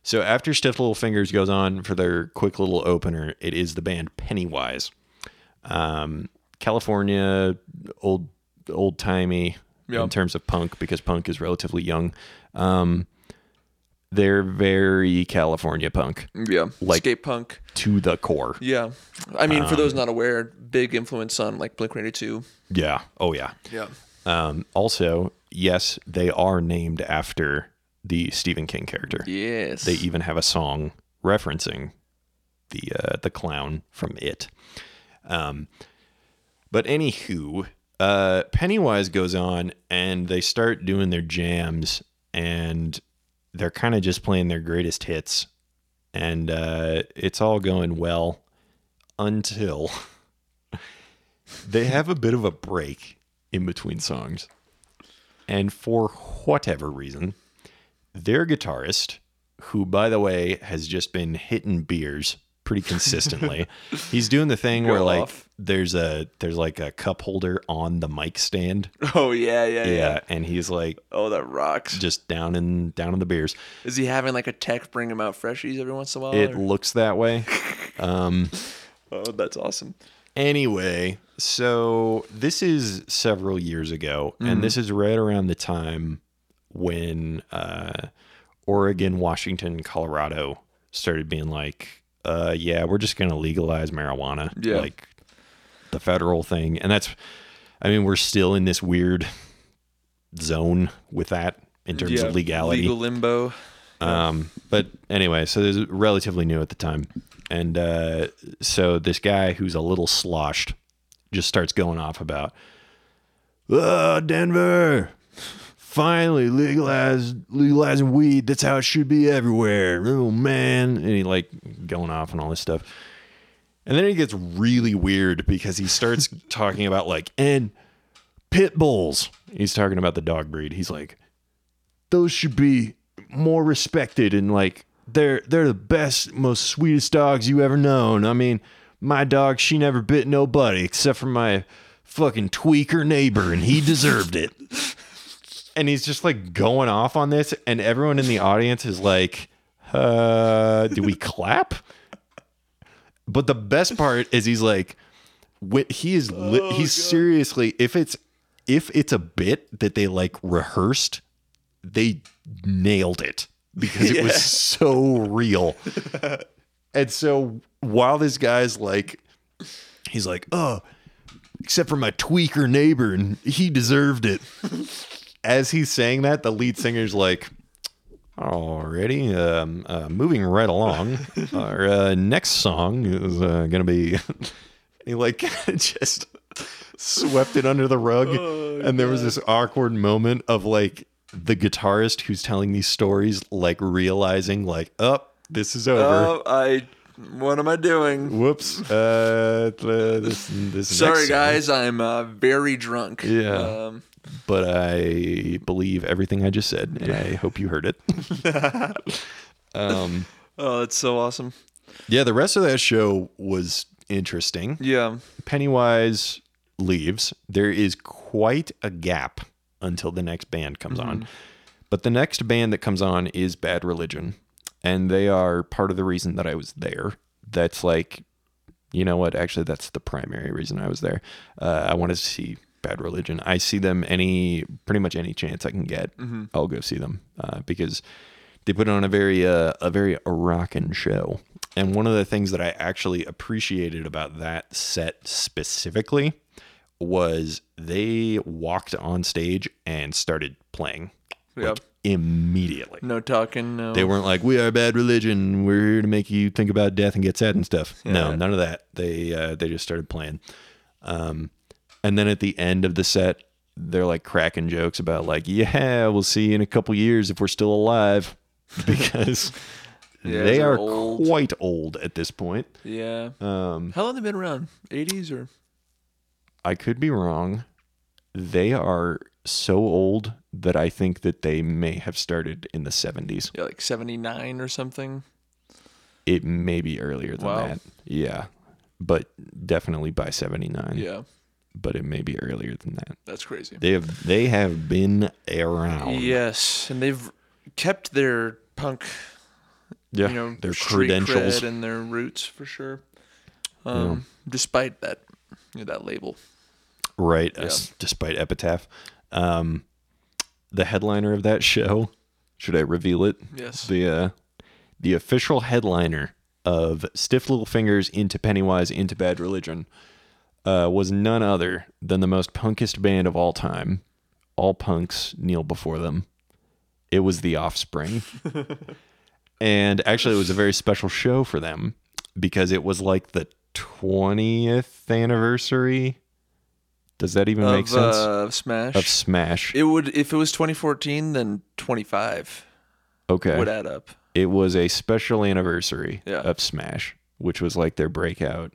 Speaker 1: So after Stiff Little Fingers goes on for their quick little opener, it is the band Pennywise. Um, California, old old timey in
Speaker 2: Yep.
Speaker 1: terms of punk because punk is relatively young. Um, they're very California punk
Speaker 2: yeah,
Speaker 1: like-
Speaker 2: skate punk.
Speaker 1: to the core.
Speaker 2: Yeah, I mean, for those
Speaker 1: Um,
Speaker 2: not aware, big influence on like Blink One Eighty Two.
Speaker 1: Yeah. Oh, yeah.
Speaker 2: Yeah,
Speaker 1: Um, also, yes, they are named after the Stephen King character.
Speaker 2: yes,
Speaker 1: They even have a song referencing the uh, the clown from It. Um, but anywho, uh, Pennywise goes on and they start doing their jams and they're kind of just playing their greatest hits and uh, it's all going well until they have a bit of a break in between songs. And for whatever reason, their guitarist, who by the way has just been hitting beers pretty consistently, he's doing the thing where
Speaker 2: Go
Speaker 1: like
Speaker 2: off.
Speaker 1: there's a there's like a cup holder on the mic stand.
Speaker 2: Oh yeah, yeah, yeah,
Speaker 1: Yeah, and he's like
Speaker 2: Oh, that rocks.
Speaker 1: just down in down in the beers.
Speaker 2: Is he having like a tech bring him out freshies every once in a while?
Speaker 1: It
Speaker 2: or-
Speaker 1: looks that way. Um
Speaker 2: Oh, that's awesome.
Speaker 1: Anyway, so this is several years ago,
Speaker 2: Mm-hmm.
Speaker 1: and this is right around the time when uh, Oregon, Washington, Colorado started being like, uh, "Yeah, we're just going to legalize marijuana,"
Speaker 2: Yeah.
Speaker 1: like the federal thing, and that's. I mean, we're still in this weird zone with that in terms
Speaker 2: Yeah,
Speaker 1: of legality.
Speaker 2: legal limbo.
Speaker 1: Um, but anyway, so this is relatively new at the time. And uh, so this guy who's a little sloshed just starts going off about, oh, Denver, finally legalized legalizing weed. That's how it should be everywhere. Oh, man. And he like going off and all this stuff. And then it gets really weird because he starts talking about like, and pit bulls. He's talking about the dog breed. He's like, those should be more respected and like they're they're the best most sweetest dogs you ever known i mean my dog she never bit nobody except for my fucking tweaker neighbor and he deserved it and he's just like going off on this and everyone in the audience is like uh do we clap but the best part is he's like wh- he is li- he's seriously if it's if it's a bit that they like rehearsed they nailed it because it was so real. and so while this guy's like, he's like, oh, except for my tweaker neighbor, and he deserved it. As he's saying that, the lead singer's like, already um, uh, moving right along. Our uh, next song is uh, going to be. he like just swept it under the rug
Speaker 2: Oh,
Speaker 1: and there was this awkward moment of like the guitarist who's telling these stories like realizing like oh this is over
Speaker 2: Oh, I. What am I doing?
Speaker 1: whoops uh th- this, this is
Speaker 2: Sorry,
Speaker 1: next song.
Speaker 2: guys. I'm uh, very drunk.
Speaker 1: Yeah.
Speaker 2: Um,
Speaker 1: but i believe everything i just said and i hope you heard it um
Speaker 2: oh, that's so awesome.
Speaker 1: yeah the rest of that show was interesting
Speaker 2: Yeah.
Speaker 1: Pennywise leaves, there is quite a gap until the next band comes on. But the next band that comes on is Bad Religion. And they are part of the reason that I was there. That's like, you know what? Actually, that's the primary reason I was there. Uh, I wanted to see Bad Religion. I see them any, pretty much any chance I can get. I'll go see them uh, because they put on a very uh, a very rockin' show. And one of the things that I actually appreciated about that set specifically was they walked on stage and started playing
Speaker 2: Yeah.
Speaker 1: like, immediately.
Speaker 2: No talking. No.
Speaker 1: They weren't like, "We are bad religion. We're here to make you think about death and get sad and stuff." No,
Speaker 2: Yeah.
Speaker 1: none of that. They uh, they just started playing, um, and then at the end of the set, they're like cracking jokes about like, "Yeah, we'll see you in a couple years if we're still alive," because
Speaker 2: Yeah,
Speaker 1: they
Speaker 2: they're
Speaker 1: are
Speaker 2: old.
Speaker 1: quite old at this point.
Speaker 2: yeah.
Speaker 1: Um,
Speaker 2: How long have they been around? 80s or?
Speaker 1: I could be wrong. They are so old that I think that they may have started in the 70s.
Speaker 2: Yeah, like 79 or something.
Speaker 1: It may be earlier than
Speaker 2: Wow.
Speaker 1: that. Yeah. But definitely by 79.
Speaker 2: Yeah,
Speaker 1: But it may be earlier than that.
Speaker 2: that's crazy.
Speaker 1: They have they have been around.
Speaker 2: Yes, and they've kept their punk,
Speaker 1: Yeah,
Speaker 2: you know,
Speaker 1: their
Speaker 2: street
Speaker 1: credentials.
Speaker 2: cred and their roots for sure. Um, Despite that, you know, that label.
Speaker 1: right as- despite epitaph um the headliner of that show should i reveal it
Speaker 2: Yes.
Speaker 1: the uh, the official headliner of stiff little fingers into pennywise into bad religion uh, was none other than the most punkest band of all time all punks kneel before them it was the offspring and actually it was a very special show for them because it was like the 20th anniversary does that even make
Speaker 2: of,
Speaker 1: sense
Speaker 2: Uh, of Smash.
Speaker 1: of smash
Speaker 2: it would if it was 2014, then 25
Speaker 1: okay
Speaker 2: would add up.
Speaker 1: it was a special anniversary
Speaker 2: Yeah.
Speaker 1: of Smash, which was like their breakout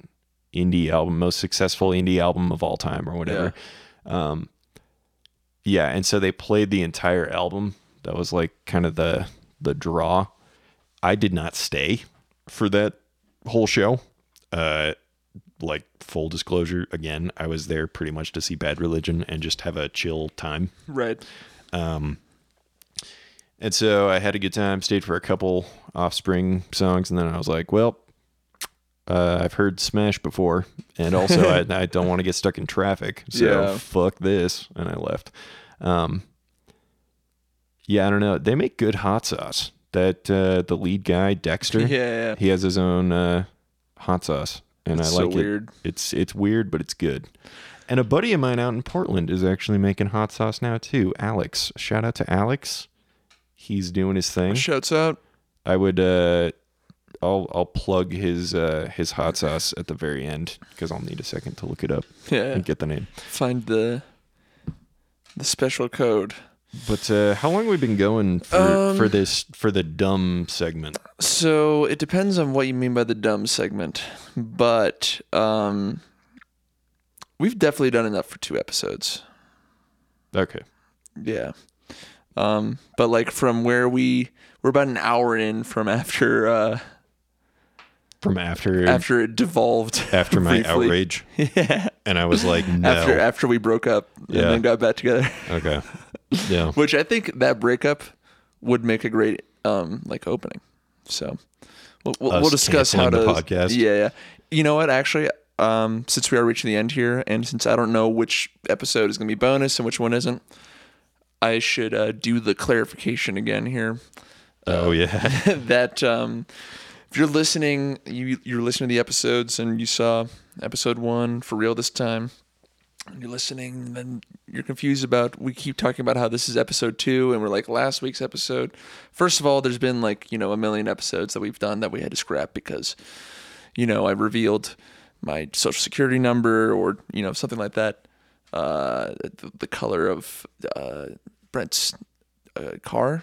Speaker 1: indie album, most successful indie album of all time or whatever. Um yeah, and so they played the entire album. That was like kind of the the draw. I did not stay for that whole show. Uh like full disclosure again, I was there pretty much to see Bad Religion and just have a chill time.
Speaker 2: Right.
Speaker 1: Um, And so I had a good time, stayed for a couple offspring songs, and then I was like, well, uh, I've heard Smash before, and also I, I don't want to get stuck in traffic, so
Speaker 2: Yeah.
Speaker 1: fuck this, and I left. Um, yeah, I don't know. They make good hot sauce. That uh, the lead guy Dexter,
Speaker 2: Yeah. yeah.
Speaker 1: he has his own uh, hot sauce, and
Speaker 2: It's
Speaker 1: I
Speaker 2: so
Speaker 1: like
Speaker 2: weird.
Speaker 1: it. It's it's weird, but it's good. And a buddy of mine out in Portland is actually making hot sauce now too. Alex, shout out to Alex. He's doing his thing.
Speaker 2: Shouts out.
Speaker 1: I would uh, I'll I'll plug his uh, his hot sauce at the very end because I'll need a second to look it up
Speaker 2: Yeah.
Speaker 1: and get the name.
Speaker 2: Find the the special code.
Speaker 1: But uh, how long have we been going for,
Speaker 2: Um,
Speaker 1: for this for the dumb segment?
Speaker 2: So it depends on what you mean by the dumb segment, but um, we've definitely done enough for two episodes.
Speaker 1: Okay.
Speaker 2: Yeah. Um, but like from where we we're about an hour in from after uh,
Speaker 1: From after after,
Speaker 2: after it devolved
Speaker 1: my
Speaker 2: briefly.
Speaker 1: outrage.
Speaker 2: yeah
Speaker 1: And I was like, no.
Speaker 2: after after we broke up
Speaker 1: Yeah.
Speaker 2: and then got back together
Speaker 1: okay. Yeah.
Speaker 2: which I think that breakup would make a great um like opening. So we'll, we'll,
Speaker 1: Us
Speaker 2: we'll discuss how to
Speaker 1: canceling the podcast.
Speaker 2: Yeah, yeah. You know what? Actually, um, since we are reaching the end here, and since I don't know which episode is going to be bonus and which one isn't, I should uh, do the clarification again here.
Speaker 1: oh yeah.
Speaker 2: that um, if you're listening, you you're listening to the episodes and you saw episode one for real this time. And you're listening, and then you're confused about. We keep talking about how this is episode two, and we're like last week's episode. First of all, there's been like you know a million episodes that we've done that we had to scrap because, you know, I revealed my social security number or you know something like that. Uh, the, the color of uh, Brent's uh, car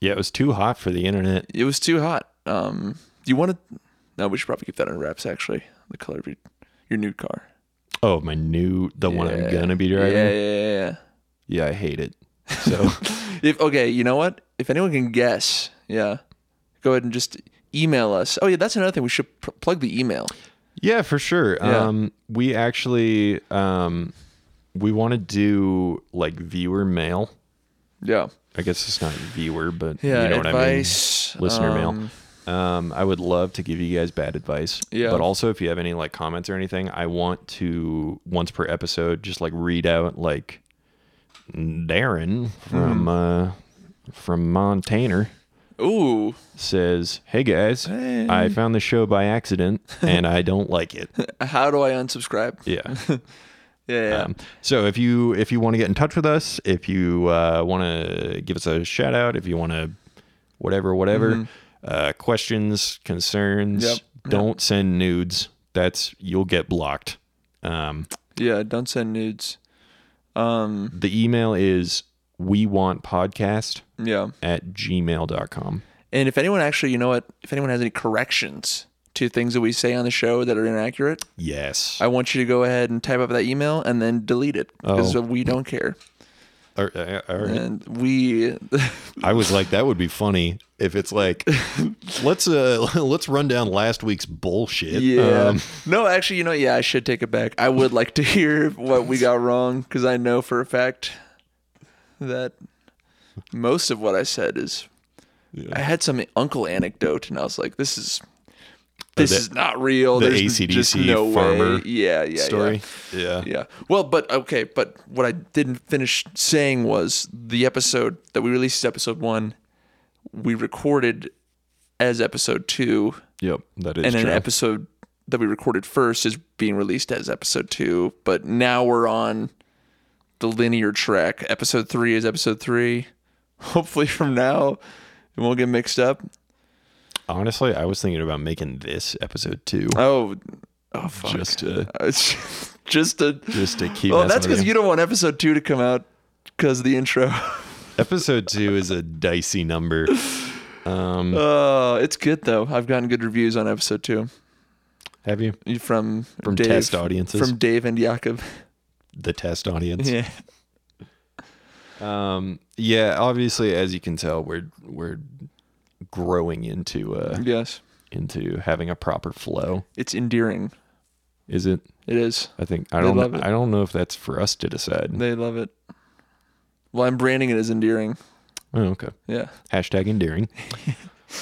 Speaker 1: Yeah, it was too hot for the internet.
Speaker 2: it was too hot. Um, do you want to? No, we should probably keep that in wraps. Actually, the color of your, your new car.
Speaker 1: Oh, my new the one I'm
Speaker 2: Yeah.
Speaker 1: gonna be driving.
Speaker 2: Yeah,
Speaker 1: Yeah,
Speaker 2: yeah, yeah,
Speaker 1: I hate it. So
Speaker 2: yeah. If okay, you know what? If anyone can guess, yeah, go ahead and just email us. Oh yeah, that's another thing. We should pr- plug the email.
Speaker 1: Yeah, for sure.
Speaker 2: Yeah.
Speaker 1: Um, we actually um, we want to do like viewer mail.
Speaker 2: Yeah,
Speaker 1: I guess it's not viewer, but
Speaker 2: yeah.
Speaker 1: you know
Speaker 2: advice,
Speaker 1: what I mean. Listener
Speaker 2: um,
Speaker 1: mail. Um, I would love to give you guys bad advice.
Speaker 2: Yeah.
Speaker 1: But also, if you have any like comments or anything, I want to once per episode just like read out like Darren
Speaker 2: Hmm.
Speaker 1: from uh, from Montana
Speaker 2: Ooh,
Speaker 1: says, "Hey guys, I found the show by accident and I don't like it."
Speaker 2: how do I unsubscribe?
Speaker 1: Yeah.
Speaker 2: Yeah, yeah.
Speaker 1: Um, so if you if you want to get in touch with us, if you uh, want to give us a shout out, if you want to whatever whatever uh, questions concerns,
Speaker 2: Mm-hmm. Yep, yep.
Speaker 1: don't send nudes. That's you'll get blocked. Um,
Speaker 2: yeah. Don't send nudes. Um,
Speaker 1: the email is we want podcast
Speaker 2: yeah.
Speaker 1: at gmail.com.
Speaker 2: And if anyone actually, you know what? If anyone has any corrections to things that we say on the show that are inaccurate,
Speaker 1: Yes.
Speaker 2: I want you to go ahead and type up that email and then delete it because
Speaker 1: Oh.
Speaker 2: we don't care.
Speaker 1: All right, all right.
Speaker 2: And we,
Speaker 1: I was like, that would be funny if it's like, let's uh, let's run down last week's bullshit.
Speaker 2: yeah,
Speaker 1: Um,
Speaker 2: no, actually, you know, yeah, I should take it back. I would like to hear what we got wrong because I know for a fact that most of what I said is. I had some uncle anecdote, and I was like, "This is, this
Speaker 1: Oh, the-
Speaker 2: is not real."
Speaker 1: the
Speaker 2: There's just
Speaker 1: AC/DC
Speaker 2: no
Speaker 1: farmer
Speaker 2: way. Yeah, yeah, yeah.
Speaker 1: story. Yeah.
Speaker 2: Yeah. Well, but okay, but what I didn't finish saying was the episode that we released, episode one, we recorded as episode two,
Speaker 1: Yep. That is
Speaker 2: and an
Speaker 1: true.
Speaker 2: episode that we recorded first is being released as episode two, but now we're on the linear track. Episode three is episode three. Hopefully, from now, it won't get mixed up.
Speaker 1: Honestly, I was thinking about making this episode too,
Speaker 2: Oh, oh, fuck.
Speaker 1: Uh, just to
Speaker 2: It's just a.
Speaker 1: just to keep.
Speaker 2: Oh,
Speaker 1: messing
Speaker 2: that's
Speaker 1: with
Speaker 2: because you don't want episode two to come out because the intro.
Speaker 1: Episode two is a dicey number. Um,
Speaker 2: Oh, it's good though. I've gotten good reviews on episode two
Speaker 1: have you
Speaker 2: from
Speaker 1: from
Speaker 2: Dave,
Speaker 1: test audiences?
Speaker 2: from Dave and Jakob.
Speaker 1: the test audience.
Speaker 2: Yeah,
Speaker 1: Um, yeah. Obviously, as you can tell, we're we're growing into uh
Speaker 2: yes,
Speaker 1: into having a proper flow.
Speaker 2: it's endearing.
Speaker 1: Is it?
Speaker 2: It is.
Speaker 1: I think I
Speaker 2: They
Speaker 1: don't.
Speaker 2: love it.
Speaker 1: I don't know if that's for us to decide.
Speaker 2: They love it. Well, I'm branding it as endearing.
Speaker 1: Oh, okay.
Speaker 2: Yeah.
Speaker 1: Hashtag endearing.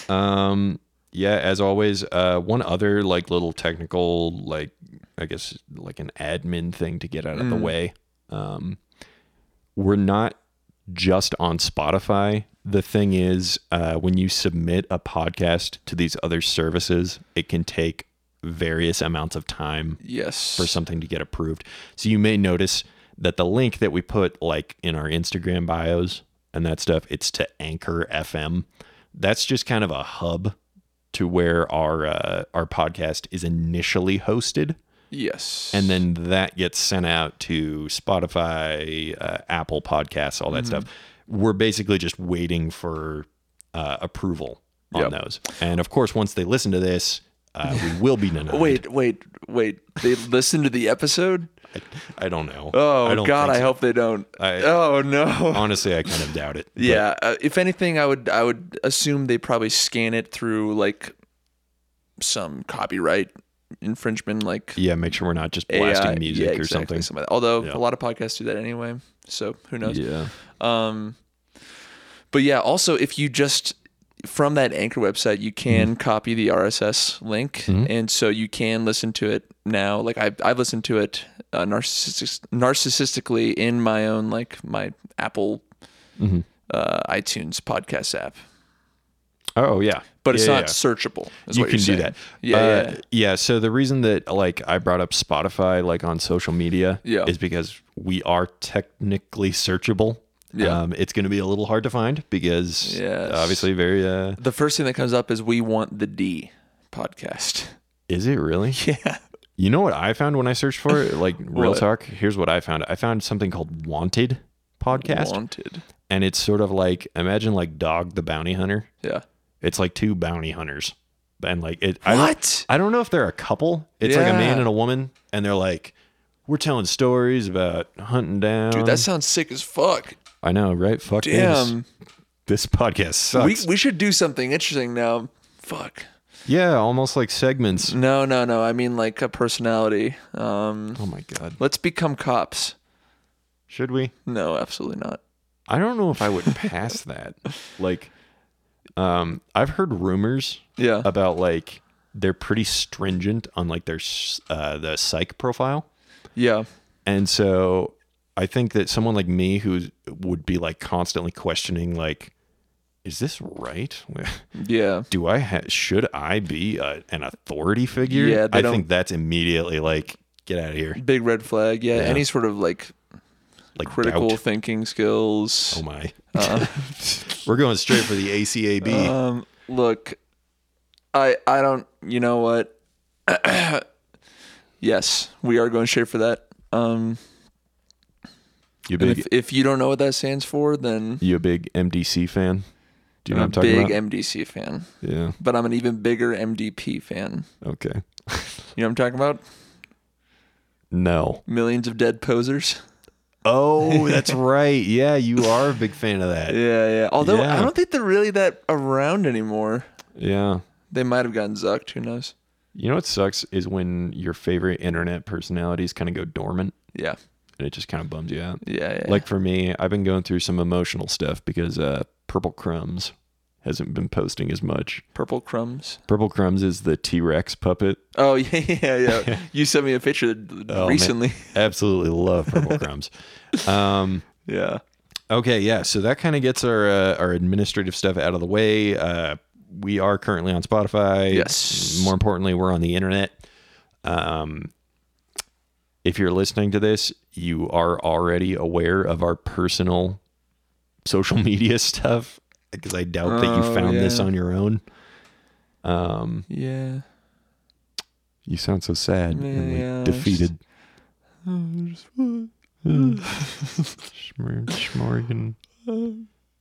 Speaker 1: um, yeah. As always, uh, one other like little technical, like I guess like an admin thing to get out of the
Speaker 2: Mm.
Speaker 1: way. Um, we're not just on Spotify. The thing is, uh, when you submit a podcast to these other services, it can take various amounts of time
Speaker 2: Yes.
Speaker 1: for something to get approved. So you may notice that the link that we put like in our Instagram bios and that stuff, it's to Anchor FM. That's just kind of a hub to where our uh, our podcast is initially hosted,
Speaker 2: yes.
Speaker 1: and then that gets sent out to Spotify, uh, Apple Podcasts, all that
Speaker 2: Mm-hmm.
Speaker 1: stuff. We're basically just waiting for uh, approval on
Speaker 2: Yep.
Speaker 1: those, and of course, once they listen to this, uh, we will be denied.
Speaker 2: Oh, wait, wait, wait. They listen to the episode.
Speaker 1: I don't know.
Speaker 2: Oh
Speaker 1: I don't
Speaker 2: God,
Speaker 1: think
Speaker 2: I
Speaker 1: so.
Speaker 2: hope they don't.
Speaker 1: I-
Speaker 2: oh no.
Speaker 1: Honestly, I kind of doubt it. but
Speaker 2: Yeah. Uh, if anything, I would I would assume they probably scan it through like some copyright infringement, like
Speaker 1: yeah, make sure we're not just blasting
Speaker 2: AI.
Speaker 1: music
Speaker 2: Yeah,
Speaker 1: or
Speaker 2: exactly,
Speaker 1: something.
Speaker 2: something like that. Although
Speaker 1: Yeah.
Speaker 2: a lot of podcasts do that anyway, so who knows?
Speaker 1: Yeah.
Speaker 2: Um, but yeah, also if you just from that anchor website, you
Speaker 1: Mm-hmm.
Speaker 2: can copy the RSS link, and so you can listen to it now. Like I've I've listened to it uh, narcissistic, narcissistically in my own like my Apple
Speaker 1: Mm-hmm.
Speaker 2: uh, iTunes podcast app,
Speaker 1: Oh yeah.
Speaker 2: but it's
Speaker 1: Yeah,
Speaker 2: not
Speaker 1: yeah.
Speaker 2: searchable. Is
Speaker 1: you
Speaker 2: what
Speaker 1: can do
Speaker 2: you're saying.
Speaker 1: that.
Speaker 2: Yeah,
Speaker 1: Uh,
Speaker 2: yeah.
Speaker 1: So the reason that like I brought up Spotify like on social media
Speaker 2: Yeah.
Speaker 1: is because we are technically searchable.
Speaker 2: Yeah.
Speaker 1: Um, it's going to be a little hard to find because
Speaker 2: Yes.
Speaker 1: obviously very. Uh,
Speaker 2: The first thing that comes up is we want the D podcast.
Speaker 1: is it really?
Speaker 2: Yeah.
Speaker 1: You know what I found when I searched for it? Like real
Speaker 2: What?
Speaker 1: talk. Here's what I found. I found something called Wanted podcast,
Speaker 2: Wanted.
Speaker 1: and it's sort of like imagine like Dog the Bounty Hunter.
Speaker 2: Yeah.
Speaker 1: It's like two bounty hunters. And like it I don't,
Speaker 2: What?
Speaker 1: I don't know if they're a couple. It's like a man
Speaker 2: Yeah.
Speaker 1: and a woman and they're like we're telling stories about hunting down.
Speaker 2: Dude, that sounds sick as fuck.
Speaker 1: I know, right? Fuck
Speaker 2: Damn.
Speaker 1: this. This podcast
Speaker 2: We,
Speaker 1: sucks.
Speaker 2: we should do something interesting now. Fuck.
Speaker 1: yeah, almost like segments.
Speaker 2: No, no, no. I mean like a personality. Um,
Speaker 1: Oh my god.
Speaker 2: let's become cops.
Speaker 1: Should we?
Speaker 2: No, absolutely not.
Speaker 1: I don't know if I would pass that. Like um I've heard rumors
Speaker 2: Yeah.
Speaker 1: about like they're pretty stringent on like their s- uh the psych profile.
Speaker 2: yeah.
Speaker 1: And so I think that someone like me who would be like constantly questioning like is this right?
Speaker 2: Yeah.
Speaker 1: Do I ha- should I be a, an authority figure?
Speaker 2: Yeah, they
Speaker 1: I
Speaker 2: don't-
Speaker 1: think that's immediately like get out of here.
Speaker 2: Big red flag. Yeah. Any sort of like
Speaker 1: Like
Speaker 2: critical uh,
Speaker 1: doubt.
Speaker 2: thinking skills.
Speaker 1: Oh my. We're going straight for the ACAB.
Speaker 2: Um, look, I I don't. You know what? yes, we are going straight for that. Um,
Speaker 1: you
Speaker 2: and
Speaker 1: big
Speaker 2: if if you don't know what that stands for, then
Speaker 1: you a big MDC fan? Do you know
Speaker 2: I'm
Speaker 1: what
Speaker 2: a
Speaker 1: I'm talking
Speaker 2: big
Speaker 1: about?
Speaker 2: MDC fan,
Speaker 1: yeah.
Speaker 2: but I'm an even bigger MDP fan.
Speaker 1: Okay.
Speaker 2: You know what I'm talking about?
Speaker 1: No.
Speaker 2: Millions of dead posers.
Speaker 1: Oh, that's right. Yeah, you are a big fan of that.
Speaker 2: Yeah, yeah. Although
Speaker 1: Yeah.
Speaker 2: I don't think they're really that around anymore.
Speaker 1: Yeah.
Speaker 2: They might have gotten zucked. Who knows?
Speaker 1: You know what sucks is when your favorite internet personalities kind of go dormant
Speaker 2: Yeah,
Speaker 1: and it just kind of bums you out.
Speaker 2: yeah, yeah.
Speaker 1: Like for me, I've been going through some emotional stuff because uh, Purple Crumbs hasn't been posting as much.
Speaker 2: purple crumbs.
Speaker 1: Purple Crumbs is the T Rex puppet.
Speaker 2: Oh yeah, yeah, yeah. you sent me a picture
Speaker 1: Oh, man.
Speaker 2: recently.
Speaker 1: Absolutely love Purple Crumbs. Um,
Speaker 2: Yeah.
Speaker 1: okay, yeah. So that kind of gets our uh, our administrative stuff out of the way. Uh, we are currently on Spotify.
Speaker 2: Yes.
Speaker 1: More importantly, we're on the internet. Um, if you're listening to this, you are already aware of our personal social media stuff because I doubt that you
Speaker 2: Oh,
Speaker 1: found this
Speaker 2: yeah.
Speaker 1: on your own. Um,
Speaker 2: Yeah.
Speaker 1: You sound so sad and like,
Speaker 2: Yeah, I was
Speaker 1: defeated. Schmorgan.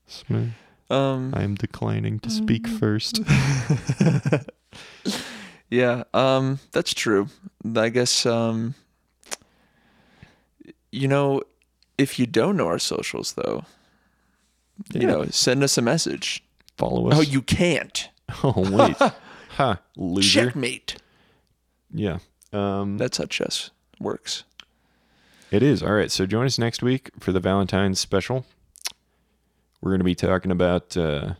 Speaker 1: Smith.
Speaker 2: Um.
Speaker 1: I'm declining to speak
Speaker 2: Mm.
Speaker 1: first.
Speaker 2: Yeah. Um. That's true. I guess. Um. You know, if you don't know our socials, though, you know, send us a message.
Speaker 1: Follow us.
Speaker 2: Oh, you can't.
Speaker 1: Oh, wait. huh. Loser.
Speaker 2: Checkmate.
Speaker 1: Yeah. Um,
Speaker 2: That's how chess works.
Speaker 1: it is. All right. So join us next week for the Valentine's special. We're going to be talking about, uh,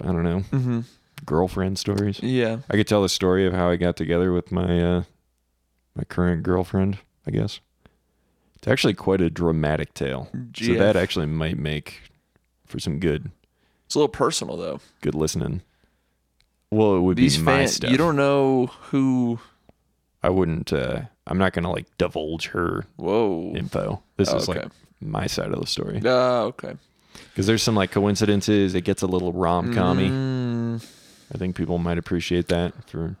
Speaker 1: I don't know,
Speaker 2: Mm-hmm.
Speaker 1: girlfriend stories.
Speaker 2: Yeah.
Speaker 1: I could tell the story of how I got together with my uh, my current girlfriend. I guess it's actually quite a dramatic tale. So
Speaker 2: GF.
Speaker 1: that actually might make for some good
Speaker 2: It's a little personal though.
Speaker 1: good listening. Well, it would
Speaker 2: These
Speaker 1: be my
Speaker 2: fans,
Speaker 1: stuff.
Speaker 2: you don't know who.
Speaker 1: I wouldn't. Uh, I'm not gonna like divulge her
Speaker 2: Whoa.
Speaker 1: info. This
Speaker 2: Oh,
Speaker 1: is
Speaker 2: okay.
Speaker 1: like my side of the story
Speaker 2: Ah, okay.
Speaker 1: because there's some like coincidences. It gets a little rom commy. Hmm.
Speaker 2: Mm,
Speaker 1: I think people might appreciate that for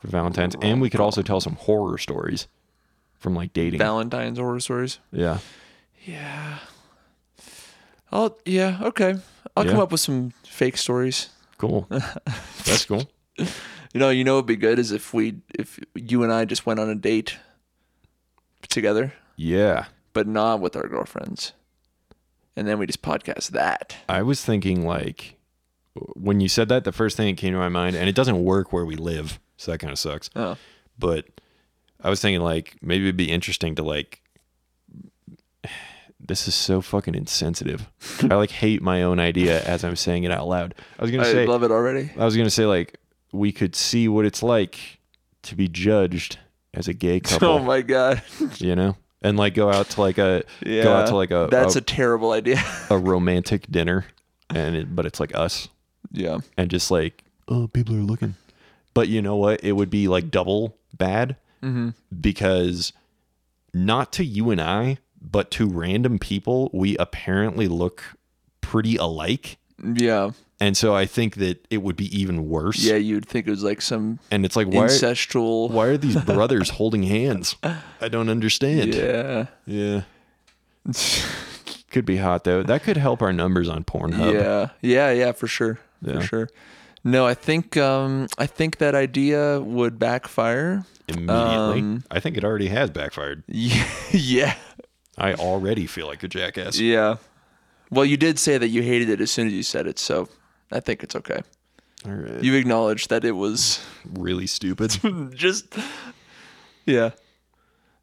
Speaker 1: for Valentine's, and we could also tell some horror stories from like dating.
Speaker 2: Valentine's horror stories.
Speaker 1: yeah.
Speaker 2: Yeah. I'll yeah okay. I'll come
Speaker 1: Yeah.
Speaker 2: up with some fake stories.
Speaker 1: Cool. That's cool.
Speaker 2: You know, you know, it'd be good is if we if you and I just went on a date together,
Speaker 1: Yeah.
Speaker 2: but not with our girlfriends, and then we just podcast that.
Speaker 1: I was thinking like when you said that, the first thing that came to my mind, and it doesn't work where we live, so that kind of sucks.
Speaker 2: Oh,
Speaker 1: But I was thinking like maybe it'd be interesting to like this is so fucking insensitive. I like hate my own idea as I'm saying it out loud. I was gonna
Speaker 2: I
Speaker 1: say
Speaker 2: love it already.
Speaker 1: I was gonna say like we could see what it's like to be judged as a gay couple,
Speaker 2: Oh my god.
Speaker 1: you know? And like go out to like a
Speaker 2: Yeah.
Speaker 1: go out to like a
Speaker 2: That's
Speaker 1: a-
Speaker 2: a terrible idea.
Speaker 1: a romantic dinner and it, but it's like us
Speaker 2: yeah.
Speaker 1: and just like oh people are looking but you know what it would be like double bad
Speaker 2: Mm-hmm.
Speaker 1: because not to you and i but to random people we apparently look pretty alike
Speaker 2: Yeah.
Speaker 1: and so i think that it would be even worse
Speaker 2: Yeah, you'd think it was like some
Speaker 1: and it's like why
Speaker 2: ancestral
Speaker 1: why are these brothers holding hands i don't understand
Speaker 2: Yeah.
Speaker 1: yeah. could be hot though that could help our numbers on pornhub
Speaker 2: Yeah, yeah, yeah, for sure,
Speaker 1: Um, Yeah.
Speaker 2: for sure. No, I think um, I think that idea would backfire.
Speaker 1: immediately.
Speaker 2: Um,
Speaker 1: I think it already has backfired.
Speaker 2: Yeah, yeah,
Speaker 1: I already feel like a jackass.
Speaker 2: yeah. Well, you did say that you hated it as soon as you said it, so I think it's okay.
Speaker 1: All right.
Speaker 2: You acknowledged that it was
Speaker 1: Really stupid.
Speaker 2: just, yeah,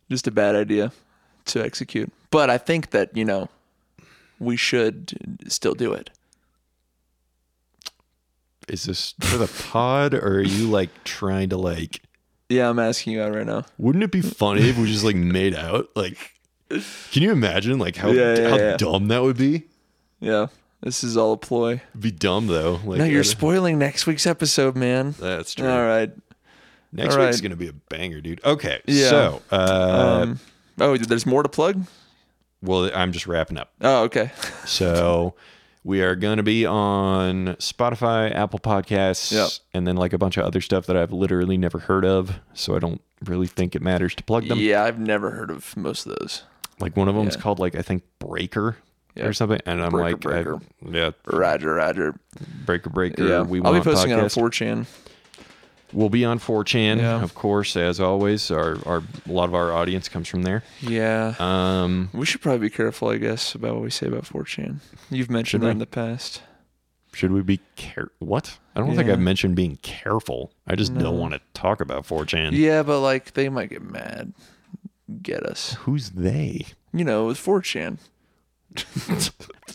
Speaker 2: just a bad idea to execute. But I think that you know we should still do it.
Speaker 1: Is this for the pod or are you like trying to like
Speaker 2: Yeah, I'm asking you out right now.
Speaker 1: wouldn't it be funny if we just like made out? Like can you imagine like how
Speaker 2: Yeah, yeah,
Speaker 1: how
Speaker 2: yeah.
Speaker 1: dumb that would be?
Speaker 2: Yeah, this is all a ploy.
Speaker 1: It'd be dumb though. Like
Speaker 2: No,
Speaker 1: I
Speaker 2: you're
Speaker 1: don't-
Speaker 2: spoiling next week's episode, man.
Speaker 1: that's true.
Speaker 2: All right.
Speaker 1: Next
Speaker 2: all
Speaker 1: week's
Speaker 2: right.
Speaker 1: gonna be a banger, dude. Okay.
Speaker 2: Yeah.
Speaker 1: So uh
Speaker 2: Um, oh, there's more to plug.
Speaker 1: well I'm just wrapping up.
Speaker 2: Oh, okay.
Speaker 1: So we are going to be on Spotify, Apple Podcasts,
Speaker 2: Yep.
Speaker 1: and then like a bunch of other stuff that I've literally never heard of. So I don't really think it matters to plug them.
Speaker 2: Yeah, I've never heard of most of those.
Speaker 1: Like one of them is
Speaker 2: Yeah.
Speaker 1: called like I think Breaker. or something. And I'm
Speaker 2: Breaker,
Speaker 1: like, I-
Speaker 2: breaker.
Speaker 1: yeah,
Speaker 2: Roger, Roger.
Speaker 1: breaker breaker.
Speaker 2: Yeah,
Speaker 1: We
Speaker 2: I'll be
Speaker 1: want
Speaker 2: posting it on
Speaker 1: podcast.
Speaker 2: 4chan.
Speaker 1: We'll be on 4chan,
Speaker 2: Yeah.
Speaker 1: of course, as always. Our our a lot of our audience comes from there.
Speaker 2: Yeah,
Speaker 1: Um,
Speaker 2: we should probably be careful, I guess, about what we say about 4chan. You've mentioned that
Speaker 1: we?
Speaker 2: in the past.
Speaker 1: should we be care? What? I don't think
Speaker 2: Yeah.
Speaker 1: I've mentioned being careful. I just
Speaker 2: No.
Speaker 1: don't want to talk about 4chan.
Speaker 2: Yeah, but like they might get mad, get us.
Speaker 1: Who's they?
Speaker 2: You know, it's 4chan.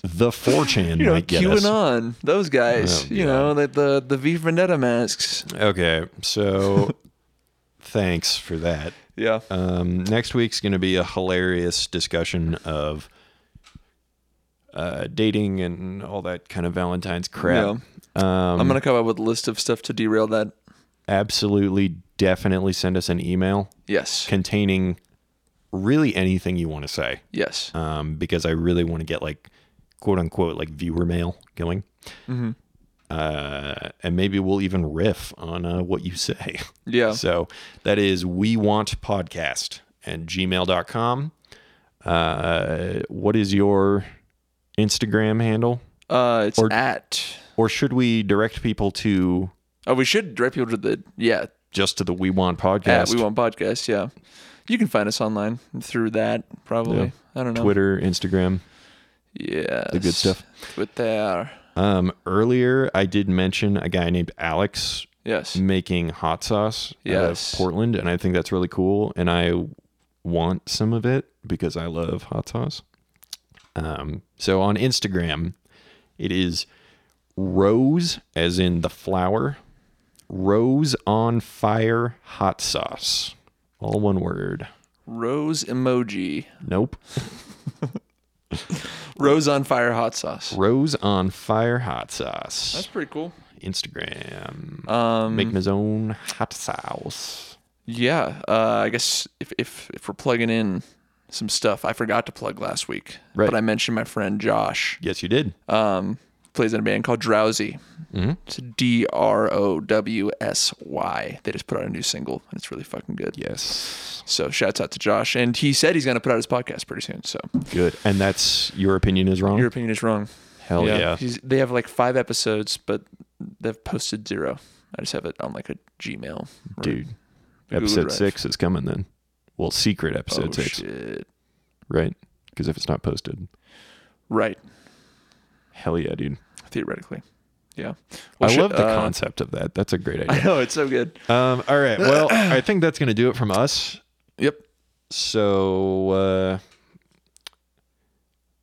Speaker 1: The 4chan
Speaker 2: You know,
Speaker 1: might get us.
Speaker 2: QAnon, those guys.
Speaker 1: Oh,
Speaker 2: you know, the the the V Vendetta masks.
Speaker 1: Okay, so thanks for that.
Speaker 2: Yeah.
Speaker 1: Um, next week's going to be a hilarious discussion of uh, dating and all that kind of Valentine's crap. Um,
Speaker 2: I'm gonna come up with a list of stuff to derail that.
Speaker 1: absolutely, definitely send us an email
Speaker 2: Yes.
Speaker 1: containing really anything you want to say
Speaker 2: yes.
Speaker 1: um, because I really want to get like quote unquote like viewer mail going.
Speaker 2: Mm-hmm.
Speaker 1: Uh, and maybe we'll even riff on uh, what you say.
Speaker 2: Yeah.
Speaker 1: So that is we want podcast and gmail.com. Uh, what is your Instagram handle?
Speaker 2: Uh, it's
Speaker 1: Or-
Speaker 2: at.
Speaker 1: Or should we direct people to
Speaker 2: Oh, we should direct people to the yeah
Speaker 1: just to the We Want
Speaker 2: at
Speaker 1: podcast?
Speaker 2: we want podcast. Yeah, you can find us online through that probably. I don't know.
Speaker 1: Twitter, Instagram.
Speaker 2: Yeah.
Speaker 1: the good stuff.
Speaker 2: Twitter.
Speaker 1: Um, earlier, I did mention a guy named Alex
Speaker 2: Yes.
Speaker 1: making hot sauce
Speaker 2: Yes.
Speaker 1: out of Portland, and I think that's really cool. And I want some of it because I love hot sauce. Um, so on Instagram, it is rose, as in the flower, rose on fire hot sauce, all one word.
Speaker 2: Rose emoji.
Speaker 1: Nope.
Speaker 2: Rose on fire hot sauce.
Speaker 1: Rose on fire hot sauce.
Speaker 2: That's pretty cool.
Speaker 1: Instagram.
Speaker 2: Um,
Speaker 1: Making his own hot sauce.
Speaker 2: yeah. Uh, I guess if, if if we're plugging in some stuff, I forgot to plug last week,
Speaker 1: Right.
Speaker 2: but I mentioned my friend Josh.
Speaker 1: Yes, you did.
Speaker 2: um, plays in a band called Drowsy.
Speaker 1: Mm-hmm.
Speaker 2: It's D R O W S Y. They just put out a new single and it's really fucking good.
Speaker 1: yes.
Speaker 2: So shouts out to Josh. And he said he's going to put out his podcast pretty soon. So
Speaker 1: Good. And that's your opinion is wrong?
Speaker 2: your opinion is wrong.
Speaker 1: Hell yeah.
Speaker 2: He's, they have like five episodes, but they've posted zero. I just have it on like a Gmail. or
Speaker 1: Dude.
Speaker 2: a Google
Speaker 1: episode
Speaker 2: Drive.
Speaker 1: six is coming then. Well, secret
Speaker 2: Oh,
Speaker 1: episode six,
Speaker 2: shit.
Speaker 1: right? Because if it's not posted,
Speaker 2: Right.
Speaker 1: hell yeah, dude.
Speaker 2: Theoretically. Yeah. uh,
Speaker 1: I love the
Speaker 2: concept.
Speaker 1: concept of that. That's a great
Speaker 2: I
Speaker 1: idea.
Speaker 2: know. It's so good.
Speaker 1: um, all right. Well, I think that's going to do it from us.
Speaker 2: Yep.
Speaker 1: So, uh,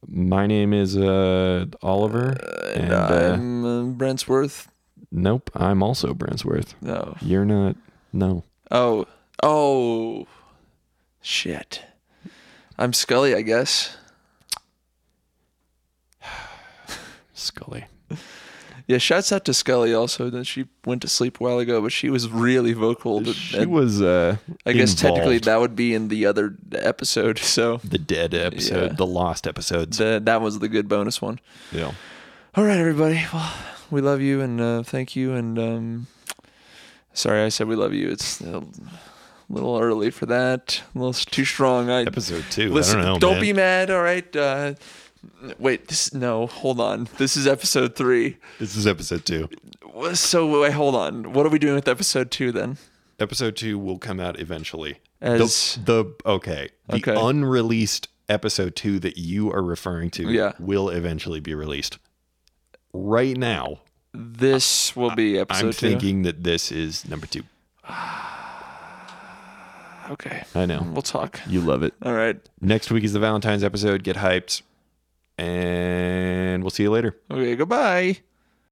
Speaker 1: my name is uh, Oliver. And, uh,
Speaker 2: I'm uh, Brentsworth.
Speaker 1: nope, I'm also Bransworth.
Speaker 2: No.
Speaker 1: You're not. No.
Speaker 2: Oh, oh, shit! I'm Scully, I guess.
Speaker 1: Scully.
Speaker 2: Yeah, shouts out to Scully also. That she went to sleep a while ago, but she was really vocal. that-
Speaker 1: She
Speaker 2: that-
Speaker 1: was. Uh,
Speaker 2: I guess technically
Speaker 1: involved.
Speaker 2: that would be in the other episode. So
Speaker 1: the dead episode,
Speaker 2: Yeah.
Speaker 1: the lost episodes.
Speaker 2: the, that was the good bonus one.
Speaker 1: yeah.
Speaker 2: All right, everybody. Well, we love you and uh, thank you. And um, sorry, I said we love you. It's a little early for that. A little too strong. I
Speaker 1: Episode two.
Speaker 2: Listen,
Speaker 1: I don't know.
Speaker 2: don't,
Speaker 1: man.
Speaker 2: be mad. All right. Uh, wait. This no. Hold on. This is episode three.
Speaker 1: This is episode two.
Speaker 2: So wait. Hold on. What are we doing with episode two then?
Speaker 1: Episode two will come out eventually.
Speaker 2: As-
Speaker 1: the, the okay, the
Speaker 2: Okay.
Speaker 1: unreleased episode two that you are referring to
Speaker 2: Yeah.
Speaker 1: will eventually be released. Right now,
Speaker 2: This will be episode
Speaker 1: I'm
Speaker 2: two.
Speaker 1: thinking that this is number two.
Speaker 2: Okay.
Speaker 1: I know
Speaker 2: We'll talk.
Speaker 1: you love it.
Speaker 2: All right.
Speaker 1: Next week is the Valentine's episode. Get hyped, and we'll see you later.
Speaker 2: Okay. Goodbye.